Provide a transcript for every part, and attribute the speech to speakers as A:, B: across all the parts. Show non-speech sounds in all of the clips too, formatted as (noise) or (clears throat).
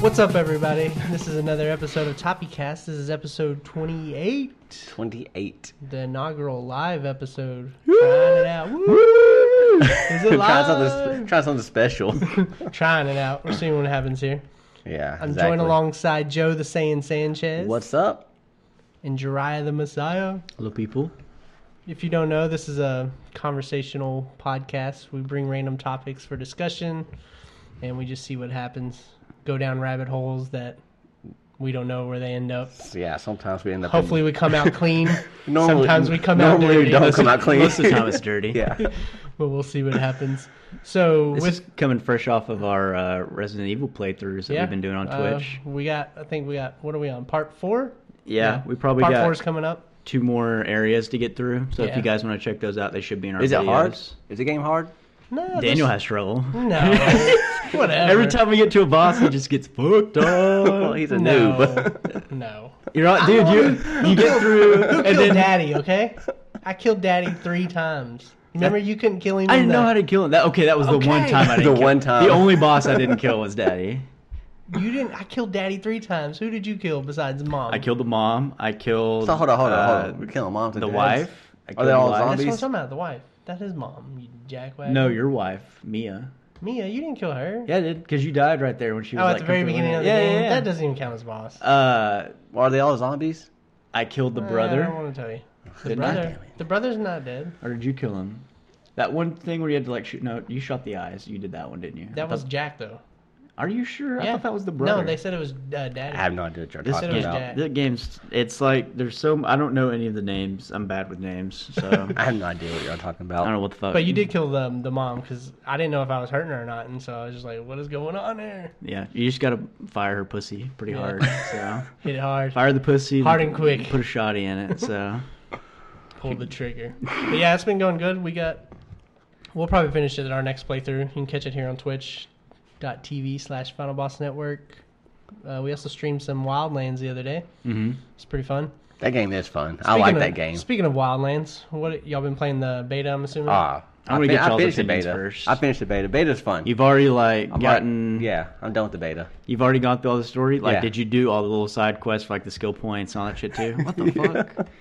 A: What's up, everybody? This is another episode of ToppyCast. This is episode 28,
B: 28.
A: the inaugural live episode. Trying it out. Woo! Is it
B: (laughs) try, something,
A: live?
B: try
A: (laughs)
B: something special.
A: Trying it out. We're seeing what happens here.
B: yeah.
A: I'm
B: exactly.
A: joined alongside Joe the Saiyan Sanchez
B: What's up?
A: and Jariah the Messiah.
C: Hello, people.
A: If you don't know, this is a conversational podcast. We bring random topics for discussion and we just see what happens. Go down rabbit holes that we don't know where they end up.
B: So, yeah, sometimes we end up. in-
A: Hopefully, we come out clean.
B: (laughs) normally,
A: Sometimes we come out
B: normally
A: dirty,
B: we don't come out clean.
C: Most of the time it's (laughs) dirty.
B: (laughs) yeah.
A: but we'll see what happens. So,
C: This
A: with
C: is coming fresh off of our uh, Resident Evil playthroughs that
A: yeah,
C: we've been doing on
A: uh,
C: Twitch.
A: we got. I think we got. What are we on? Part four.
C: yeah, we probably
A: part
C: got
A: four's coming up.
C: two more areas to get through. So if
A: Yeah.
C: you guys want to check those out, they should be in our
B: Is it hard?
C: videos.
B: Is the game hard?
A: No,
C: Daniel
A: (laughs) this-
C: has trouble.
A: no. whatever.
C: (laughs) Every time we get to a boss, he just gets
B: (laughs)
C: fucked
B: Well,
C: up.
B: he's a
A: No.
B: noob. (laughs)
A: no.
C: You're right, dude. You you get through,
A: Who
C: and
A: killed
C: then
A: Daddy? Okay. I killed Daddy three
C: (laughs)
A: times. Remember, you couldn't kill him.
C: I
A: in
C: didn't
A: the,
C: know how to kill him. That okay? That was the one
A: Okay.
C: time I didn't.
B: (laughs) The
C: kill-
B: one time.
C: The only boss
B: (laughs)
C: I didn't kill was Daddy.
A: You didn't. I killed Daddy three times. Who did you kill besides Mom?
C: I killed the mom. I killed.
B: so hold on, hold on, hold
C: uh,
B: on. We're killing moms and
C: the
B: dads.
C: wife. I
B: Are
C: killed
B: they
C: the
B: all
C: wife.
B: zombies?
A: That's what I'm talking about. The wife. That is Mom. You jackwagon.
C: No, your wife, Mia.
A: Mia. You didn't kill her.
C: Yeah, dude, because you died right there when she was
A: Oh,
C: like
A: at the very
C: coming
A: beginning
C: in.
A: of the
C: yeah,
A: game.
C: Yeah, yeah.
A: That doesn't even count as boss.
C: Uh,
B: Are they all zombies?
C: I killed the
A: I don't
C: brother,
A: want to tell you. The
C: Didn't I?
A: brother.
B: Damn it.
A: The brother's not dead.
C: or did you kill him? That one thing where you had to like shoot. No, you shot the eyes. You did that one, didn't you? I
A: That
C: thought-
A: was Jack, though.
C: Are you sure? I
A: Yeah.
C: thought that was the brother.
A: No, they said it was uh, Daddy.
B: I have no idea what you're
A: They said
B: talking
A: it was
B: about.
A: Jack.
C: The game's. It's like there's so. I don't know any of the names. I'm bad with names,
A: (laughs)
C: so
B: I
C: I
B: have no idea what you're talking about.
C: don't know what the fuck.
A: But you did kill the the mom because I didn't know if I was hurting her or not, and so I was just like, "What is going on there?"
C: Yeah, you just gotta fire her pussy pretty
A: Yeah.
C: hard.
A: (laughs)
C: So
A: Hit it hard,
C: fire the pussy
A: Hard and quick.
C: Put a shotty in it. So
A: pulled the trigger. But yeah, it's been going good. We got. We'll probably finish it at our next playthrough. You can catch it here on Twitch.tv slash Final Boss Network. Uh, we also streamed some Wildlands the other day.
C: mhm.
A: It's pretty fun.
B: That game is fun. I like
A: Speaking
B: that
A: of-
B: game.
A: Speaking of Wildlands, what y'all been playing the beta? I'm assuming.
B: Ah,
C: I wanna
B: fin-
C: get y'all's
B: finished the
C: opinions
B: beta.
C: first.
B: I finished the beta. Beta's fun.
C: you've already like
B: I'm like-
C: gotten.
B: yeah, I'm done with the beta.
C: You've already gone through all the story. Like,
B: Yeah.
C: did you do all the little side quests, for, like the skill points and all that shit
A: (laughs)
C: too? What the fuck? (laughs)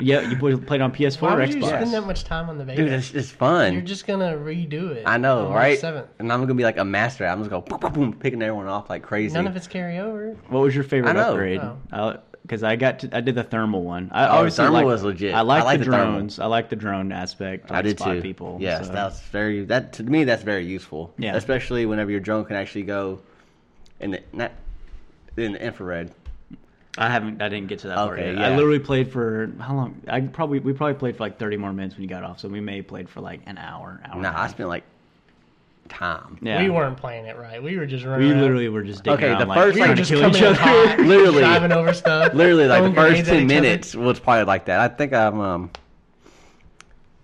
C: Yeah, you boy- played on PS4
A: Why
C: or
A: would you
C: Xbox?
A: spend
B: Yes.
A: that much time on the beta?
B: Dude, it's, it's fun.
A: You're just gonna redo it.
B: I know,
A: on March
B: right?
A: 7th.
B: And I'm gonna be like a master. I'm just gonna boom, boom, boom, picking everyone off like crazy.
A: None of it's carryover.
C: What was your
B: I
C: favorite
B: know.
C: upgrade?
A: Oh.
C: Because I got to, I did the thermal one. I
B: Oh,
C: always
B: thermal
C: liked-
B: was legit.
C: I like
B: I like
C: the,
B: the thermal.
C: drones. I like the drone aspect.
B: I
C: like,
B: did
C: spot
B: too.
C: People.
B: yes,
C: so.
B: that's very that to me. That's very useful.
C: Yeah.
B: especially whenever your drone can actually go in the not in the infrared.
C: I haven't. I didn't get to that part
B: Okay,
C: yet.
B: yeah.
C: I literally played for how long? I probably we probably played for like thirty more minutes when you got off. So we may have played for like an hour. hour and a
B: Nah, I
C: half.
B: spent like time.
C: yeah.
A: We weren't playing it right. We were just running.
C: We
A: around.
C: literally were just digging
B: Okay,
C: around,
B: the
C: like,
B: first,
A: we
C: trying
A: were
B: like,
C: to
A: just
C: kill
A: coming
C: each
A: in
C: (laughs) other.
A: hot,
B: (laughs) Literally.
A: driving over stuff.
B: Literally, like
A: throwing
B: the first
A: grenades at
B: ten
A: each other.
B: minutes was probably like that. I think I'm um.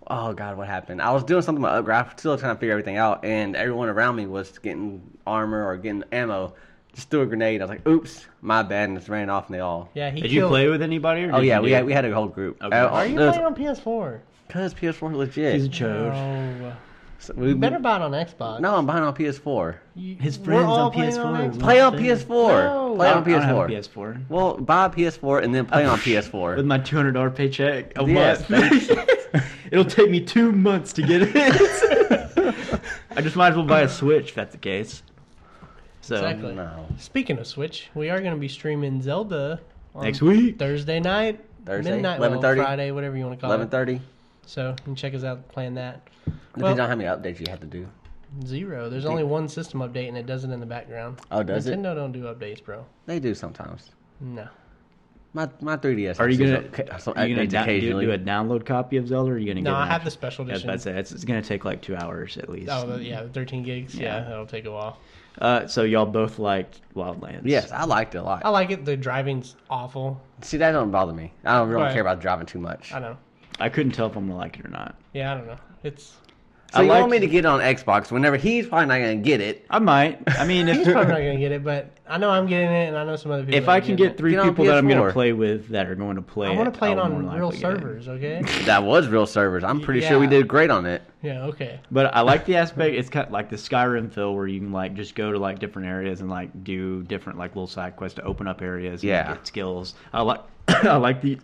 B: Oh God, what happened? I was doing something with my upgrade. I was still trying to figure everything out, and everyone around me was getting armor or getting ammo. Just threw a grenade. I was like, "Oops, my bad," and just ran off, and they all.
A: Yeah, he
C: Did you
A: killed.
C: play with anybody? Or
B: Oh
C: did
B: yeah,
C: you
B: we
C: do-
B: had, we had a whole group. Uh,
C: Okay.
A: Are you playing on PS4?
B: Cause PS4
C: He's a
B: legit.
C: chode.
A: No.
B: So we-
A: You better buy it on Xbox.
B: No, I'm buying on PS4.
A: You-
C: His
A: we're
C: friends
A: all
C: on
A: playing
C: PS4.
A: Xbox.
B: Play on
A: No.
B: PS4. Play on
C: I don't have a
B: PS4.
C: PS4.
B: Well, buy a PS4 and then play on PS4.
C: (laughs) With my two hundred dollar paycheck a
B: Yes,
C: month, (laughs) it'll take me two months to get (laughs) it. I just might as well buy a Switch if that's the case. So
A: Exactly.
B: (laughs) no.
A: Speaking of Switch, we are going to be streaming Zelda on
C: next week,
A: Thursday night,
B: Thursday,
A: midnight, well,
B: 11:30?
A: Friday, whatever you want to call
B: Eleven
A: it.
B: thirty.
A: So you can check us out playing that.
B: Depends on how many updates you have to do.
A: Zero. There's only one system update, and it does it in the background.
B: Oh, does it?
A: Nintendo don't do updates, bro.
B: They do sometimes.
A: No.
B: My my 3DS.
C: are you
B: has
C: gonna
B: some- some
C: are you gonna
B: updates
C: down- do,
B: occasionally.
C: do a download copy of Zelda? Or are you gonna
A: No,
C: get
A: I
C: an
A: have the
C: actual-
A: special
C: Yeah,
A: edition.
C: that's it. It's, it's gonna take like two hours at least.
A: Oh, the- yeah, the 13 gigs. Yeah.
C: Yeah.
A: that'll take a while.
C: Uh, so y'all both liked Wildlands.
B: Yes, I liked it a lot.
A: I like it. The driving's awful.
B: See, that don't bother me. I don't really
A: Right.
B: care about driving too much.
A: I know.
C: I couldn't tell if I'm gonna like it or not.
A: Yeah, I don't know. It's
B: So
C: I
B: you want
C: like-
B: me to get it on Xbox whenever he's probably not gonna get it.
C: I might. I mean,
A: He's
C: (laughs)
A: probably not
C: if
A: gonna get it, but I know I'm getting it, and I know some other people.
C: if
A: that
C: I
A: are
C: can
A: getting
C: get
A: it.
C: three
B: Get on
C: people that I'm going
B: PS4.
C: to play with that are going to play,
A: I want to play it
C: I'll more
A: on
C: than
A: real
C: likely get it.
A: servers. Okay.
C: (laughs)
B: That was real servers. I'm pretty sure we
A: Yeah.
B: did great on
A: (coughs)
B: it.
A: yeah. Okay.
C: But I like the aspect. It's kind of like the Skyrim feel where you can like just go to like different areas and like do different like little side quests to open up areas. And
B: Yeah.
C: Get skills. I like. (coughs) I like the.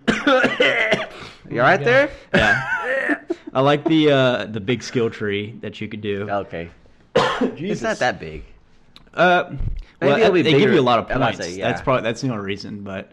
B: You all right
A: Yeah. (coughs)
B: there?
C: yeah. I like the uh, the big skill tree that you could do.
B: Okay. It's
C: Jesus.
B: not that big.
C: Uh, well,
B: it'll be
C: they give
B: bigger.
C: you a lot of
B: I'm about to
C: points.
B: say, yeah.
C: That's probably that's the only reason. But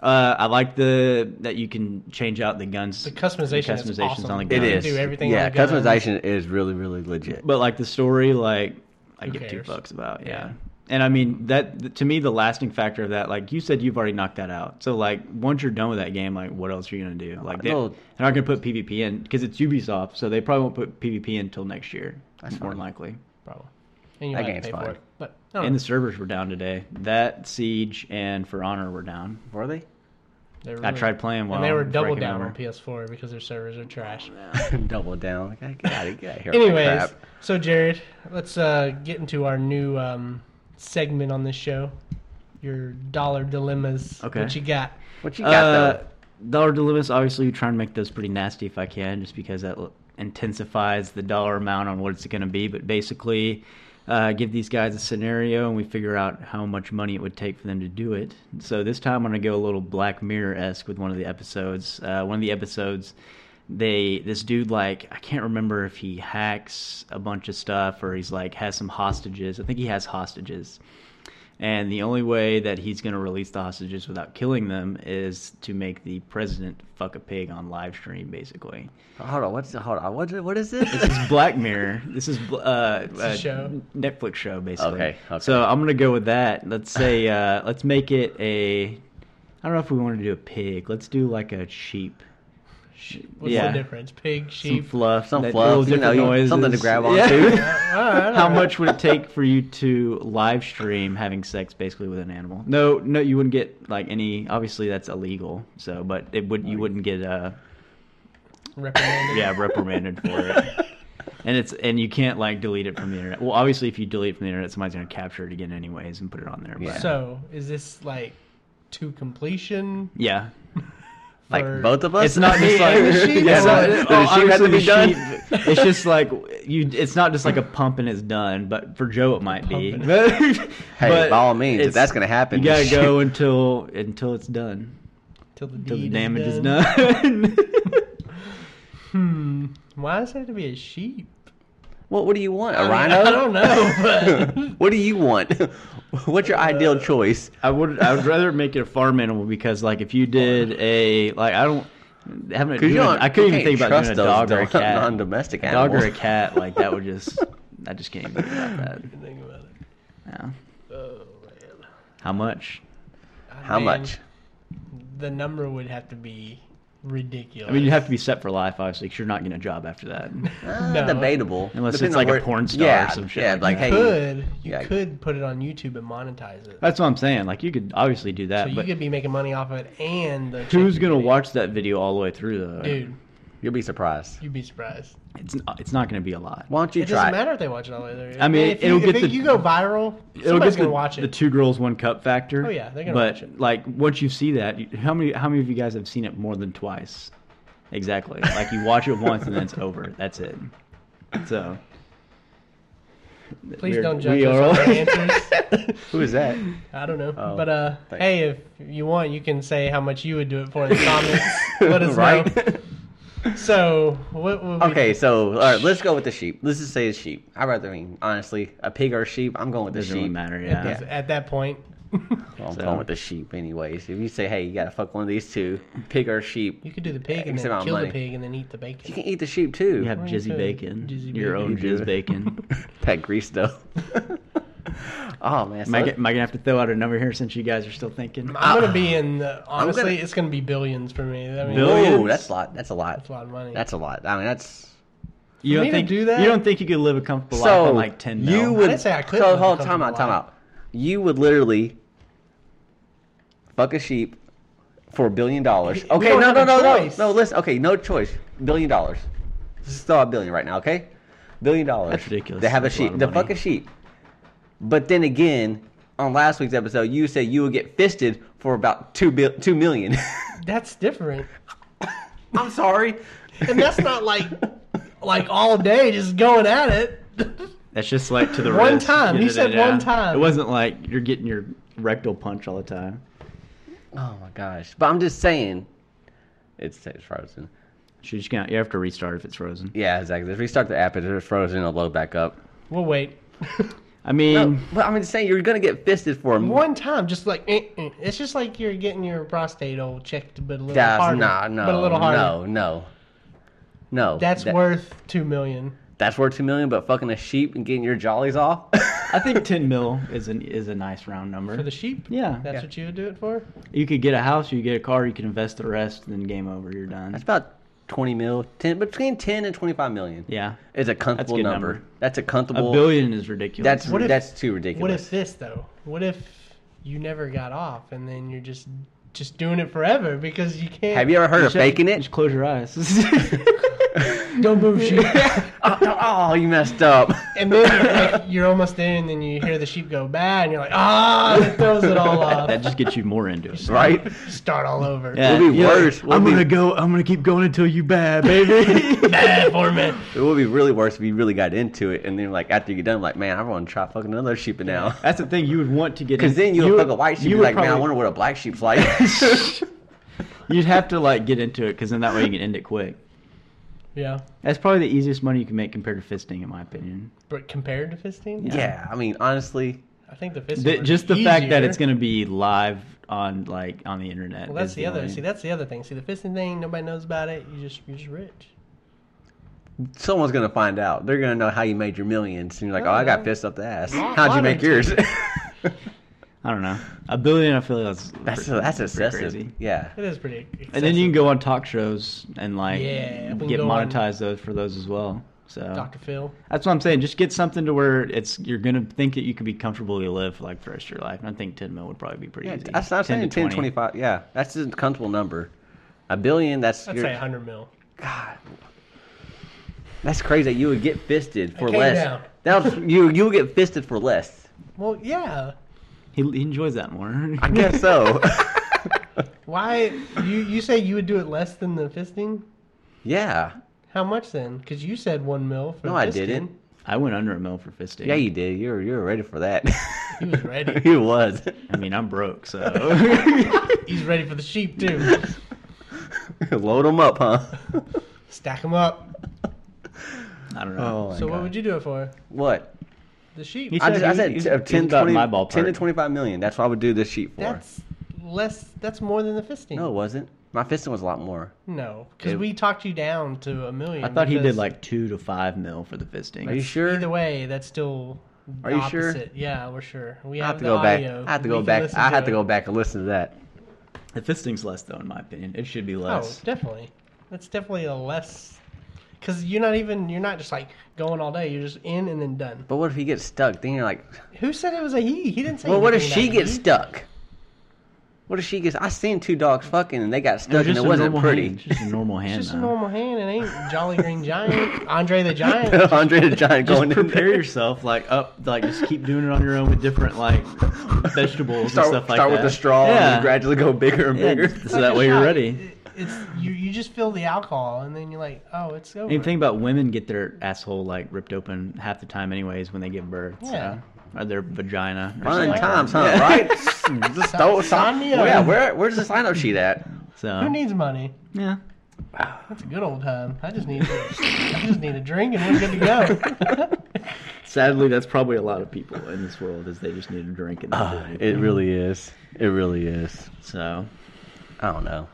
C: uh, I like the that you can change out the guns.
A: The customization is awesome.
C: on the
B: It
C: guns.
A: You
B: is.
A: can do everything
B: yeah,
A: on the gun.
B: customization is really, really legit.
C: But like the story, like I
A: Who
C: give two
A: cares?
C: fucks about. Yeah.
A: Yeah.
C: And I mean that to me the lasting factor of that, like you said, you've already knocked that out. So like once you're done with that game, like what else are you gonna do? Like they,
B: Well-
C: they're not gonna put PvP in because it's Ubisoft, so they probably won't put PvP in until next year. That's more than likely.
A: Probably. And you
B: That
A: might
B: game's
A: pay
B: fine.
A: for it, but oh, I don't
C: And
A: know.
C: the servers were down today. That Siege and For Honor were down.
B: Were they? (laughs)
A: They were
C: I
A: really-
C: tried playing while
A: and they were
C: it's
A: double
C: breaking
A: down
C: over.
A: on PS4 because their servers are trash.
B: Double down. Like, I get out of get outta here. with that
A: Anyways,
B: crap.
A: so Jared, let's uh, get into our new um, segment on this show. Your dollar dilemmas.
C: Okay.
A: What you got?
B: what you got
C: Uh,
B: though?
C: dollar dilemmas. Obviously, try and make those pretty nasty if I can, just because that l- intensifies the dollar amount on what it's going to be. But basically, uh, give these guys a scenario, and we figure out how much money it would take for them to do it. So this time, I'm going to go a little Black Mirror esque with one of the episodes. Uh, one of the episodes. They this dude like I can't remember if he hacks a bunch of stuff or he's like has some hostages. I think he has hostages. And the only way that he's going to release the hostages without killing them is to make the president fuck a pig on live stream, basically.
B: Hold on, what's hold on, what what is this?
C: This is Black Mirror. This is bl- uh,
A: a
C: uh,
A: show.
C: Netflix show, basically.
B: Okay, okay.
C: So I'm going to go with that. Let's say, uh, let's make it a. I don't know if we want to do a pig. Let's do like a sheep.
A: Sh- What's
C: Yeah.
A: the difference? Pig,
C: Some
A: sheep. Uh,
C: fluff,
B: Some
C: that-
B: fluff,
C: little
B: you know,
C: different
B: you- something to
C: noises.
B: grab onto.
C: Yeah.
A: All
C: (laughs)
A: right,
C: How
A: all right.
C: much would it take for you to live stream having sex basically with an animal? No, no, you wouldn't get like any. Obviously, that's illegal. So, but it would you wouldn't get uh
A: Reprimanded.
C: yeah reprimanded for it. And it's and you can't like delete it from the internet. Well, obviously, if you delete it from the internet, somebody's gonna capture it again anyways and put it on there. But,
A: So is this like to completion?
C: yeah.
B: like
A: for-
B: both of us?
C: It's not just like
A: and the sheep?
C: (laughs) Yeah, it's not-
A: Does
B: the sheep have to
C: obviously
B: be
C: the sheep- It's just like you. It's not just like a pump and it's done. But for Joe, it might be.
A: Pump
C: (laughs)
B: Hey, by all means, if
C: it's-
B: that's gonna happen, (laughs)
C: You gotta go until until it's done.
A: Till the,
C: Until the
A: deed
C: damage is
A: done.
C: done. (laughs)
A: Hmm. Why does it have to be a sheep?
B: What what do you want?
A: I
B: A
A: mean,
B: rhino?
A: I don't know. But
B: (laughs)
A: Uh,
B: what do you want? What's your ideal choice?
C: I would I would rather make it a farm animal because like if you did a like I don't having a,
B: Because you
C: doing,
B: don't,
C: I couldn't
B: you
C: even think
B: can't
C: about doing a
B: trust
C: dog or a
B: those
C: cat.
B: non domestic
C: A
B: animals.
C: dog or a cat like that
B: (laughs)
C: would just I just can't even think about that.
A: think about it.
C: Yeah.
A: Oh man.
C: How much?
B: How
A: Man,
B: much?
A: The number would have to be ridiculous.
C: I mean, you have to be set for life, obviously, because you're not getting a job after that.
B: Uh,
A: No.
B: Debatable.
C: Unless it's
B: Depending
C: like
B: on
C: a porn star or
B: yeah,
C: some shit
B: Yeah,
C: like
B: like, hey,
C: that.
A: could you
B: yeah.
A: could put it on YouTube and monetize it.
C: That's what I'm saying. Like, you could obviously do that,
A: so you
C: Uh, but
A: could be making money off of it and the
C: who's
A: chicken
C: gonna
A: video.
C: watch that video all the way through though?
A: Dude,
B: you'll be surprised.
A: you'd be surprised.
C: it's not, it's not gonna be a lot.
B: Why don't you
A: it
B: try?
A: doesn't matter if they watch it all the way through.
C: I mean,
A: if
C: it'll
A: you,
C: get
A: if
C: the-
A: you go viral,
C: It'll
A: somebody's
C: get the,
A: gonna watch it.
C: the two girls one cup factor.
A: Oh, yeah, they're gonna
C: but,
A: watch it.
C: like once you've seen that, you- how many how many of you guys have seen it more than twice? Exactly. Like you watch it
A: (laughs)
C: once and then it's over. That's it. So
A: Please
C: we're-
A: don't judge
C: we
A: us
C: are
A: on
C: all- (laughs)
A: our answers.
B: Who is that?
A: I don't know,
B: Oh,
A: but uh,
B: thanks.
A: hey, if you want, you can say how much you would do it for in the
C: (laughs)
A: comments. Let us
B: right?
A: know. So what? Would we
B: (laughs) okay, so all right, let's go with the sheep. Let's just say it's sheep. I rather I mean honestly, a pig or a sheep. I'm going with the
C: doesn't really
B: sheep.
C: matter. Yeah.
A: Because At that point, (laughs)
B: I'm
C: So-
B: going with the sheep, anyways. If you say, hey, you gotta fuck one of these two, pig or sheep,
A: you could do the pig and
B: X amount
A: then
B: of
A: kill the
B: money.
A: pig and then eat the
B: you
A: bacon.
B: can eat the sheep too.
C: You have
A: Right,
C: jizzy
A: uh,
C: bacon,
A: jizzy
C: your
A: bacon.
C: own
B: You do.
C: jizz bacon.
A: (laughs)
B: That grease
C: (laughs)
B: though. oh man, so
C: am, I,
B: that-
C: get- am I gonna have to throw out a number here since you guys are still thinking?
A: I'm gonna be in. The,
B: Uh, I'm
A: honestly,
B: gonna-
A: it's gonna be billions for me. I mean,
C: Bill-
B: Whoa,
C: Billions?
B: that's a lot. That's a lot.
A: that's a lot of money.
B: That's a lot. I mean, that's
C: You
A: For
C: don't
A: me to
C: think
A: do that?
C: You don't think you could live a comfortable
B: so.
C: life on like ten mil?
B: You would.
A: didn't say I couldn't
B: So
A: live a
B: hold, time
A: comfortable
B: out, time
A: life.
B: out. You would literally fuck a sheep for a billion
A: (laughs)
B: dollars.
A: We
B: Okay,
A: don't
B: no,
A: have
B: no,
A: a
B: no, no,
A: choice.
B: no. Listen, okay, no choice. Billion dollars. This is still a billion right now. Okay, billion dollars.
C: That's ridiculous.
B: They have
C: That's
B: a
C: a lot
B: sheet.
C: of
B: The
C: money.
B: fuck a sheet. But then again, on last week's episode, you said you would get fisted for about two bil- two million. (laughs)
A: That's different.
B: I'm sorry.
A: And that's not
B: (laughs)
A: like like all day just going at it. (laughs)
C: That's just like to the
A: One
C: wrist.
A: time.
C: Yeah,
A: He
C: yeah,
A: said
C: yeah.
A: one time.
C: It wasn't like you're getting your rectal punch all the time.
B: Oh my gosh. But I'm just saying, it's, it's frozen.
C: So you just can't. You have to restart if it's frozen.
B: Yeah, exactly. If we start the app, if it's frozen, it'll load back up.
A: We'll wait.
C: I mean,
A: Oh.
B: No, but I'm just saying you're gonna get fisted for a
A: (laughs)
B: m-
A: One time, just like eh, eh. it's just like you're getting your prostate all checked, but a little
B: That's
A: harder.
B: nah, no,
A: but a little harder.
B: no, no, no.
A: That's
B: That-
A: worth two million.
B: that's worth two million. But fucking a sheep and getting your jollies off.
A: (laughs)
C: I think 10 mil is an is a nice round number.
A: For the sheep?
C: yeah,
A: That's what you would do it for?
C: you could get a house, you could get a car, you could invest the rest, and then game over. You're done.
B: That's about twenty mil, ten between ten and twenty five million.
C: Yeah,
B: It's a comfortable
C: good
B: number.
C: number.
B: That's a
C: a
B: comfortable.
C: billion is ridiculous.
B: That's
A: What if-
B: that's too
A: What (laughs)
B: ridiculous.
A: if this though? What if you never got off and then you're just just doing it forever because you can't
B: Have you ever heard of
C: Shut-
B: faking it?
C: Just close your eyes. (laughs)
A: don't move
B: (laughs)
A: sheep.
B: oh, oh, oh, you messed up.
A: and then you're, like, you're almost there and then you hear the sheep go bad and you're like, ah and it throws it
C: (laughs)
A: all off.
C: that just gets you more into
B: (laughs)
C: it.
B: right?
A: (laughs)
B: (laughs)
A: Start all over.
B: It would be
C: Yeah.
B: worse. It would
C: I'm
B: be-
C: gonna go. I'm gonna keep going until you bad, baby.
B: (laughs)
A: Bad for me.
B: It would be really worse if you really got into it, and then like after you get done, like man, I want to try fucking another sheep now. (laughs)
C: That's the thing. You would want to get
B: Because
C: in-
B: then you'll
C: you
B: fuck a white sheep.
C: you
B: You
C: would
B: like, man, I
C: probably-
B: wonder what a black
C: (laughs)
B: sheep's like.
C: You'd have to like get into it because then that way you can end it quick.
A: Yeah.
C: That's probably the easiest money you can make compared to fisting, in my opinion.
A: But compared to fisting?
C: Yeah.
B: yeah, I mean, honestly,
A: I think the fisting
C: The-
A: would
C: just
A: be
C: the fact that
A: easier.
C: it's going to be live on like on the internet.
A: Well that's
C: is
A: the other
C: only-
A: see that's the other thing. See the fisting thing, nobody knows about it, you just you're just rich.
B: someone's gonna find out. They're gonna know how you made your millions, and you're like, oh, I got pissed up the ass. How'd you make yours?
C: I don't know. A billion, I feel like that's
B: (laughs) that's
C: pretty-
B: that's
C: pretty
B: excessive.
C: crazy.
B: Yeah.
A: It is pretty excessive.
C: And then you can go on talk shows and like
A: Yeah, we'll
C: get
A: go on-
C: monetized those for those as well. So
A: Dr. Phil.
C: that's what I'm saying. Just get something to where it's you're gonna think that you could be comfortably live like for the rest of your life. And I think 10 mil would probably be pretty
B: Yeah,
C: easy.
B: that's not
C: 10
B: saying
C: to
B: 10, 25. Yeah, that's just a comfortable number. A billion, that's
A: I'd
B: your-
A: say 100 mil.
B: God. That's crazy that you would get fisted for
A: came
B: less.
A: down.
B: That's you you would get fisted for less.
A: Well, yeah.
C: He, he enjoys that more.
B: I guess so.
A: Why you you say you would do it less than the fisting?
B: yeah.
A: How much then? Because you said one mil for
B: No,
A: fisting.
B: I didn't.
C: (laughs) I went under a mil for fisting.
B: Yeah, you did. You were you were ready for that.
A: He was
B: (laughs)
A: ready.
B: he was.
C: I mean, I'm broke, so (laughs)
A: He's ready for the sheep too.
B: Load him up, huh?
A: Stack them up.
C: I don't know.
A: so what would you do it for?
B: What?
A: The sheep.
C: You
B: I, just, I
C: he's-
B: said
C: he's-
B: t- of
C: he's
B: 10,
C: about
B: 20,
C: my ballpark.
B: 10 to 25 million. That's what I would do this sheet for.
A: that's less. That's more than the fisting.
B: No, it wasn't. My fisting was a lot more.
A: no, because we talked you down to a million.
C: I thought he did
A: because
C: like two to five mil for the fisting.
B: Are you sure?
A: Either way, that's still. the
B: Are you sure?
A: opposite. Yeah, we're sure. We
B: I
A: have,
B: have to
A: the
B: go back.
A: audio.
B: I have to
A: We
B: go
A: can
B: back.
A: listen
B: I have
A: it.
B: to go back and listen to that.
C: The fisting's less, though, in my opinion. It should be
A: Oh,
C: less.
A: definitely. That's definitely a less. Because you're not even. You're not just like going all day. You're just in and then done.
B: But what if he gets stuck? Then you're like,
A: Who said it was a he? He didn't say.
B: well, what if
A: anything
B: she
A: about
B: gets
A: he.
B: stuck? What if she gets? I seen two dogs fucking and they got stuck and
C: just
B: it
C: a
B: wasn't
C: normal
B: pretty.
C: Hand. Just a normal hand.
A: It's just a
C: though.
A: normal hand. It ain't Jolly Green Giant, Andre the Giant.
B: (laughs) Andre the Giant
C: Just
B: going in
C: prepare
B: there.
C: yourself, like up, like just keep doing it on your own with different like vegetables
B: Start,
C: and stuff like
B: start
C: that.
B: with a straw and
C: yeah.
B: then gradually go bigger and
C: Yeah,
B: bigger.
C: just- so that way you're ready.
A: It's you. You just feel the alcohol, and then you're like, oh, it's over.
C: And think about women get their asshole like ripped open half the time, anyways, when they give birth. so-
A: Yeah.
C: Or their vagina.
B: (laughs)
C: or
B: Fun
C: something like
B: times, huh?
C: that. Yeah.
B: Right? (laughs) Just throw
A: Sign me up.
B: Yeah, where, where's the sign up sheet at?
C: So.
A: Who needs money?
C: yeah.
A: That's a good old time. I just need. I just need a drink, and we're good to go.
C: (laughs) Sadly, that's probably a lot of people in this world is they just need a drink and
B: It really is. It really is.
C: so.
B: I don't know.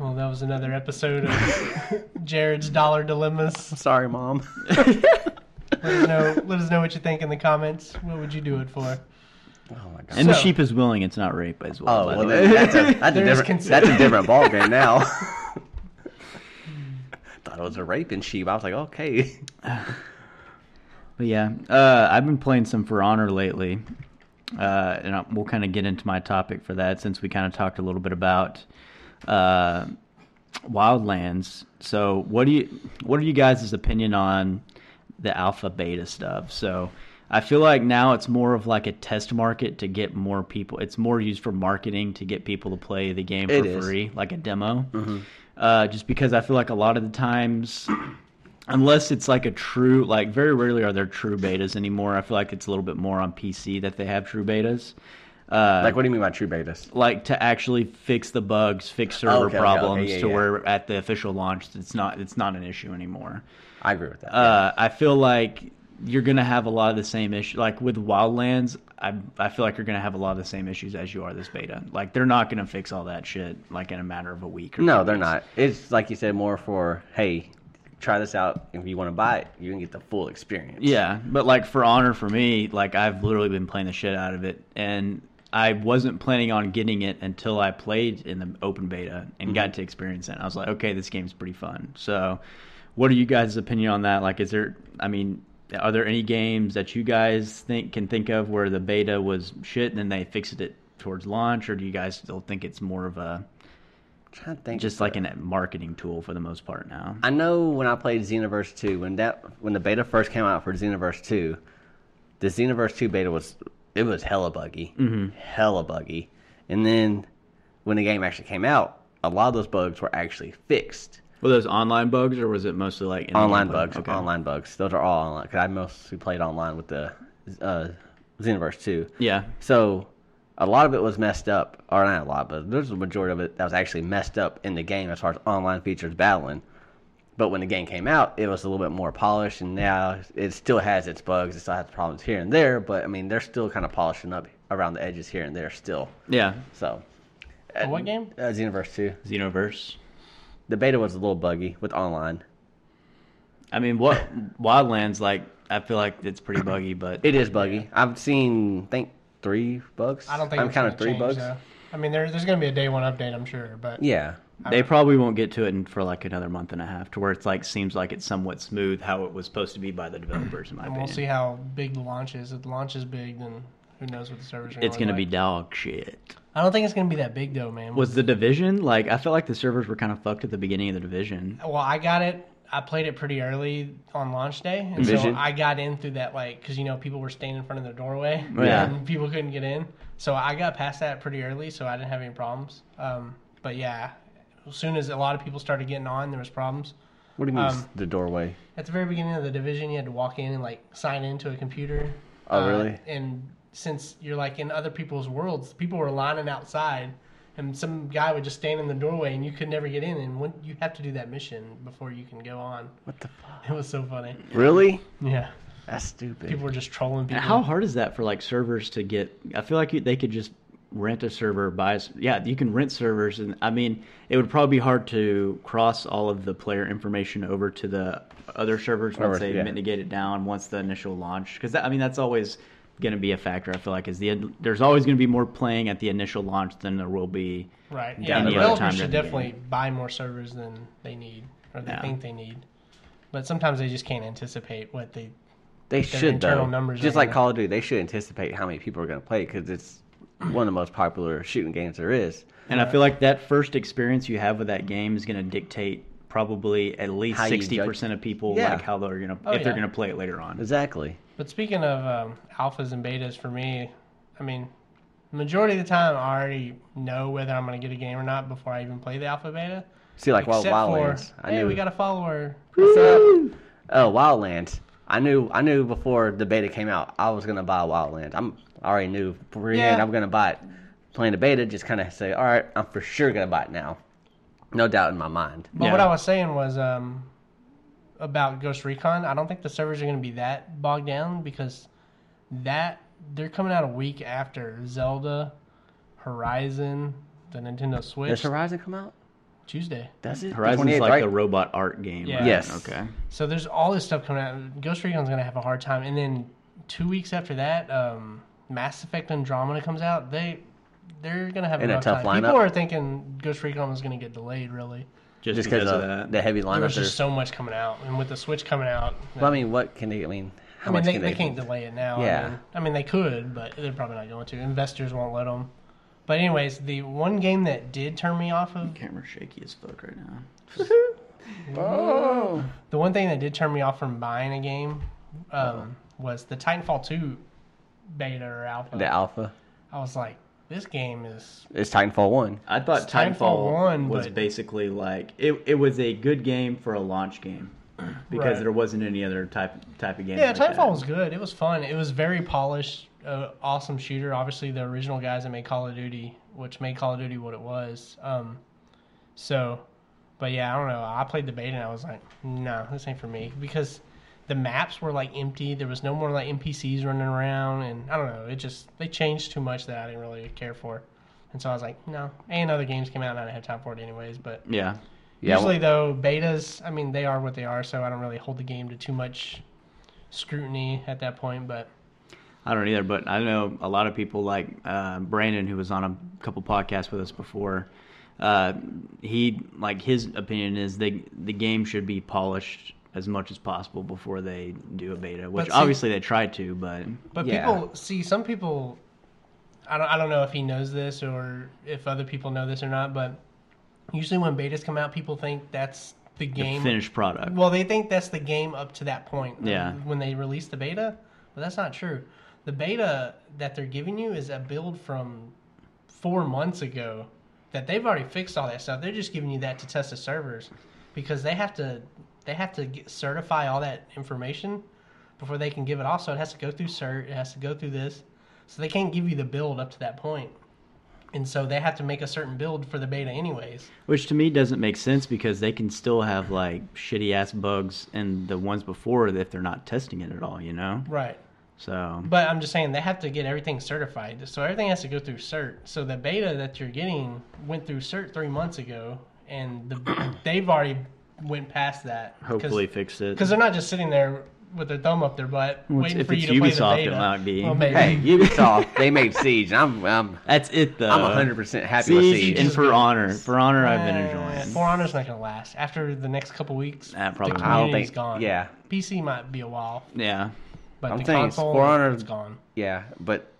A: well, that was another episode of Jared's Dollar Dilemmas.
B: Sorry, mom. (laughs)
A: Let us know. Let us know what you think in the comments. What would you do it for?
B: Oh my god.
C: And the
A: So-
C: sheep is willing; it's not rape as well.
B: oh,
C: by
B: well,
C: the way.
B: that's a, that's a
A: There's
B: different
A: consent.
B: that's a different ball game
C: (laughs)
B: now. Thought it was a raping sheep. I was like, okay.
C: But yeah, uh, I've been playing some For Honor lately, uh, and I, we'll kind of get into my topic for that since we kind of talked a little bit about uh, Wildlands. So, what do you, what are you guys' opinion on the alpha beta stuff. So I feel like now it's more of like a test market to get more people. It's more used for marketing to get people to play the game
B: It
C: for
B: is. Mm-hmm.
C: free, like a demo. Uh, just because I feel like a lot of the times, unless it's like a true, like very rarely are there true betas anymore. I feel like it's a little bit more on PC that they have true betas. Uh,
B: Like, what do you mean by true betas?
C: like to actually fix the bugs, fix server
B: okay, okay,
C: problems
B: yeah,
C: to
B: yeah.
C: where at the official launch it's not it's not an issue anymore.
B: I agree with that.
C: Uh, I feel like you're gonna have a lot of the same issue. Like with Wildlands, I I feel like you're gonna have a lot of the same issues as you are this beta. Like they're not gonna fix all that shit like in a matter of a week. Or
B: no,
C: two
B: they're
C: weeks.
B: not. It's like you said, more for hey, try this out. If you want to buy it, you can get the full experience.
C: Yeah, but like for honor for me, like I've literally been playing the shit out of it, and I wasn't planning on getting it until I played in the open beta and
B: Mm-hmm.
C: got to experience it. I was like, okay, this game's pretty fun. So, what are you guys' opinion on that? Like, is there? I mean, are there any games that you guys think can think of where the beta was shit and then they fixed it towards launch, or do you guys still think it's more of
B: I'm
C: a
B: trying to think.
C: just like a marketing tool for the most part now?
B: I know when I played Xenoverse Two, when that when the beta first came out for Xenoverse Two, the Xenoverse Two beta was it was hella buggy, mm-hmm. hella buggy. And then when the game actually came out, a lot of those bugs were actually fixed.
C: Were those online bugs, or was it mostly like in-game
B: Online bugs, online bugs. Those are all online. Cause I mostly played online with the uh, Xenoverse Two.
C: Yeah,
B: So a lot of it was messed up, or not a lot, but there's a majority of it that was actually messed up in the game as far as online features battling. But when the game came out, it was a little bit more polished, and now it still has its bugs. It still has problems here and there, but I mean, they're still kind of polishing up around the edges here and there still.
C: yeah.
B: So,
A: On what game?
B: uh, Xenoverse 2.
C: Xenoverse.
B: The beta was a little buggy with online.
C: I mean, what Wildlands like? I feel like it's pretty buggy, but
B: It is buggy. I've seen, I think, three bugs.
A: I don't think
B: I'm
A: it's gonna
B: counting three
A: change,
B: bugs.
A: though. I mean, there, there's going to be a day one update, I'm sure, but
B: Yeah.
C: they probably won't get to it in, for like another month and a half, to where it's like seems like it's somewhat smooth how it was supposed to be by the developers. In my
A: and we'll
C: opinion,
A: see how big the launch is. If the launch is big, then who knows what the servers are
C: it's
A: going
C: gonna
A: to
C: be dog shit.
A: I don't think it's going to be that big, though, man.
C: Was the division like? I felt like the servers were kind of fucked at the beginning of the division.
A: Well, I got it. I played it pretty early on launch day, and
B: Vision.
A: so I got in through that like because you know people were standing in front of their
B: (laughs)
A: doorway,
C: Yeah.
A: and people couldn't get in. So I got past that pretty early, so I didn't have any problems. Um, but yeah, as soon as a lot of people started getting on, there was problems.
B: What do you mean,
A: Um,
B: the doorway?
A: At the very beginning of the division, you had to walk in and like sign into a computer. Uh,
B: Oh, really?
A: And since you're like in other people's worlds, people were lining outside, and some guy would just stand in the doorway, and you could never get in. And when, you have to do that mission before you can go on.
B: What the fuck?
A: (laughs) It was so funny.
B: Really?
A: Yeah,
B: That's stupid.
A: people were just trolling people.
C: How hard is that for like servers to get? I feel like you, they could just rent a server, buy. a s- Yeah, you can rent servers, and I mean, it would probably be hard to cross all of the player information over to the other servers once
B: Over-
C: they
B: yeah.
C: mitigate it down once the initial launch. Because I mean, that's always going to be a factor. I feel like is the there's always going to be more playing at the initial launch than there will be.
A: Right. Yeah.
C: Any
A: The
C: other time
A: developers should
C: during the
A: definitely buy more servers than they need or they
C: Yeah.
A: think they need. But sometimes they just can't anticipate what they.
B: They
A: their
B: should
A: internal
B: though.
A: numbers
B: Just
A: are
B: like
A: gonna-
B: Call of Duty, they should anticipate how many people are going to play because it's one of the most popular shooting games there is.
C: And I feel like that first experience you have with that game is going to dictate probably at least
B: How you judge-
C: sixty percent of people
B: Yeah.
C: like how they're going to
A: Oh,
C: if they're
A: yeah.
C: going to play it later on.
B: Exactly.
A: But speaking of um, alphas and betas, for me, I mean, majority of the time I already know whether I'm going to get a game or not before I even play the alpha beta.
B: See, like well,
A: Except for,
B: Wildlands. I
A: hey,
B: knew.
A: we got a follower.
B: What's up? Oh, Wildlands. I knew. I knew before the beta came out, I was going to buy Wildlands. I'm I already knew. Pre-
A: Yeah.
B: I'm going to buy it. Playing the beta, just kind of say, all right, I'm for sure going to buy it now. No doubt in my mind.
A: But what
C: Yeah.
A: I was saying was um, about Ghost Recon. I don't think the servers are going to be that bogged down because that they're coming out a week after Zelda, Horizon, the Nintendo
B: Does
A: Switch
B: Horizon come out?
A: Tuesday.
B: Does it? The
C: Horizon's
B: 28th,
C: like
B: right?
C: the robot art game.
A: Yeah.
C: right?
B: Yes.
C: Okay.
A: So there's all this stuff coming out. Ghost Recon's going to have a hard time, and then two weeks after that, um, Mass Effect Andromeda comes out. They they're going to have
B: In
A: a
B: a
A: rough
B: tough
A: time.
B: lineup.
A: People are thinking Ghost Recon was going to get delayed. Really,
C: Just,
B: just
C: because
B: because
C: of
B: uh,
C: that.
B: the heavy
A: there
B: lineup.
A: was just
B: There's,
A: so much coming out, and with the Switch coming out,
B: well, I mean, what can they? I mean, how
A: I mean,
B: much
A: they,
B: can
A: they, can't delay it now.
B: Yeah.
A: I mean, I mean, they could, but they're probably not going to. Investors won't let them. But anyways, the one game that did turn me off of
C: Camera shaky as fuck right now.
B: Oh.
A: The one thing that did turn me off from buying a game um, was the Titanfall 2 beta or alpha.
B: The alpha.
A: I was like, this game is.
B: It's Titanfall 1.
C: I thought
A: It's Titanfall
C: Titanfall,
A: 1,
C: was
A: but-
C: basically like it, it was a good game for a launch game because
A: Right.
C: there wasn't any other type type of game.
A: Yeah,
C: like
A: Titanfall
C: that.
A: was good. It was fun. It was very polished, uh, awesome shooter. Obviously, the original guys that made Call of Duty, which made Call of Duty what it was. Um, so, but yeah, I don't know. I played the beta and I was like, no, this ain't for me because the maps were like empty. There was no more like NPCs running around, and I don't know. It just they changed too much that I didn't really care for. And so I was like, no. And other games came out, and I didn't have time for it anyways. But
C: Yeah.
B: Yeah,
A: Usually, though, betas, I mean, they are what they are, so I don't really hold the game to too much scrutiny at that point. But
C: I don't either, but I know a lot of people like uh, Brandon, who was on a couple podcasts with us before. Uh, he like his opinion is they the game should be polished as much as possible before they do a beta, which
A: see-
C: obviously they try to, but
A: but
B: Yeah.
A: people see some people. I don't. I don't know if he knows this or if other people know this or not. But usually, when betas come out, people think that's the game.
C: the finished product.
A: Well, they think that's the game up to that point.
C: Yeah.
A: When they release the beta, but that's not true. The beta that they're giving you is a build from four months ago that they've already fixed all that stuff. They're just giving you that to test the servers because they have to they have to get, certify all that information before they can give it off. So it has to go through cert. It has to go through this. So they can't give you the build up to that point. And so they have to make a certain build for the beta, anyways.
C: Which to me doesn't make sense because they can still have like shitty ass bugs and the ones before if they're not testing it at all, you know?
A: Right.
C: So
A: But I'm just saying they have to get everything certified, so everything has to go through cert. So the beta that you're getting went through cert three months ago, and the, (coughs) they've already went past that.
C: hopefully fix it.
A: because they're not just sitting there with their thumb up their butt
C: Well,
A: waiting
C: if
A: for you
C: it's
A: to play
C: Ubisoft,
A: the
C: it
A: beta.
C: might be.
A: Well, maybe. (laughs)
B: Hey, Ubisoft, they made Siege. and I'm I'm
C: That's it though.
B: I'm
A: Uh-huh.
B: 100% happy with
C: Siege
B: Siege.
C: and For Honor. For Honor, I've been
A: Uh,
C: enjoying.
A: Four Honor's not gonna last after the next couple weeks.
C: Nah, probably
A: the
C: not. I
B: don't
A: community's
B: think-
A: gone.
B: yeah.
A: PC might be a while,
C: Yeah.
A: but
B: I'm
A: the
B: saying it's
A: console,
B: For Honor-
A: it's gone.
B: yeah, but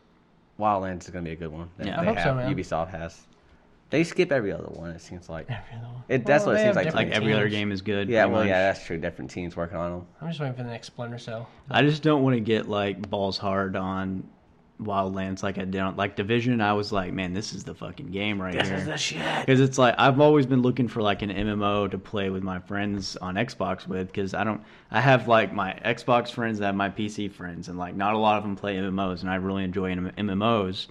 B: Wildlands is gonna be a good one. that
C: Yeah.
B: they
C: I
A: hope so,
B: have.
A: man.
B: Ubisoft has. They skip every other one. It seems like.
A: Every other one.
B: It- that's
A: Well,
B: what it
A: they
B: seems
A: have
B: like to
A: different
C: Like every other
A: teams.
C: game is good.
B: Yeah,
C: pretty
B: well, yeah,
C: much.
B: that's true. Different teams working on them.
A: I'm just waiting for the next Splinter Cell.
C: I just don't want to get like balls hard on Wildlands like I did on like Division. I was like, man, this is the fucking game right here.
B: Oh,
C: (laughs)
B: shit.
C: because it's like I've always been looking for like an MMO to play with my friends on Xbox with because I don't I have like my Xbox friends that have my PC friends and like not a lot of them play MMOs and I really enjoy M- MMOs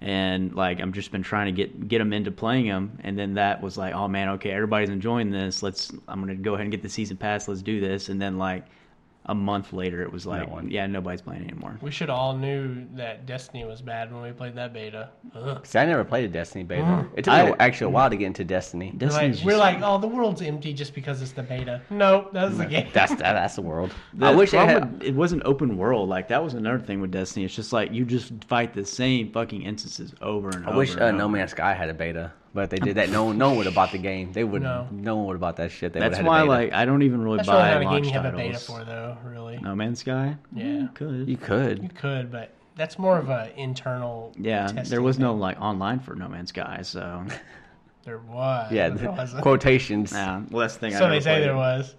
C: and like I'm just been trying to get get them into playing them and then that was like oh man okay everybody's enjoying this let's I'm gonna go ahead and get the season pass let's do this and then like a month later it was like
B: one.
C: yeah nobody's playing anymore
A: We should all knew that Destiny was bad when we played that beta. Ugh.
B: See, I never played a Destiny beta. It took
C: I-
B: me actually a while to get into Destiny.
A: We're
C: Destiny's
A: Mm-hmm. like,
C: just-
A: we're like, oh, the world's empty just because it's the beta. Nope, that was the game.
B: That's that, that's
A: (laughs)
B: the world.
C: The
B: I wish it
C: problem
B: had.
C: with- it wasn't open world. Like that was another thing with Destiny. It's just like you just fight the same fucking instances over and
B: I
C: over.
B: wish
C: and
B: uh,
C: over.
B: No Man's Sky had a beta, but if they did that, no one, no one would have bought the game. They would,
A: No.
B: no, one would have bought that shit. They
C: That's
B: would've had a
C: why,
B: beta.
C: like, I don't even really
A: That's really
C: buy
A: not a game
C: launch
A: you have a beta
C: titles.
A: for, though. Really,
C: No Man's Sky. Mm,
A: Yeah.
C: could.
B: you could.
A: you could, but that's more of an internal.
C: yeah, there
A: testing
C: was no
A: thing.
C: like online for No Man's Sky,
A: (laughs)
C: so
A: There was.
B: Yeah,
A: but there wasn't.
B: quotations.
C: yeah, well, that's the thing. I
A: so
C: never
A: they say
C: played
A: there
C: it.
A: was.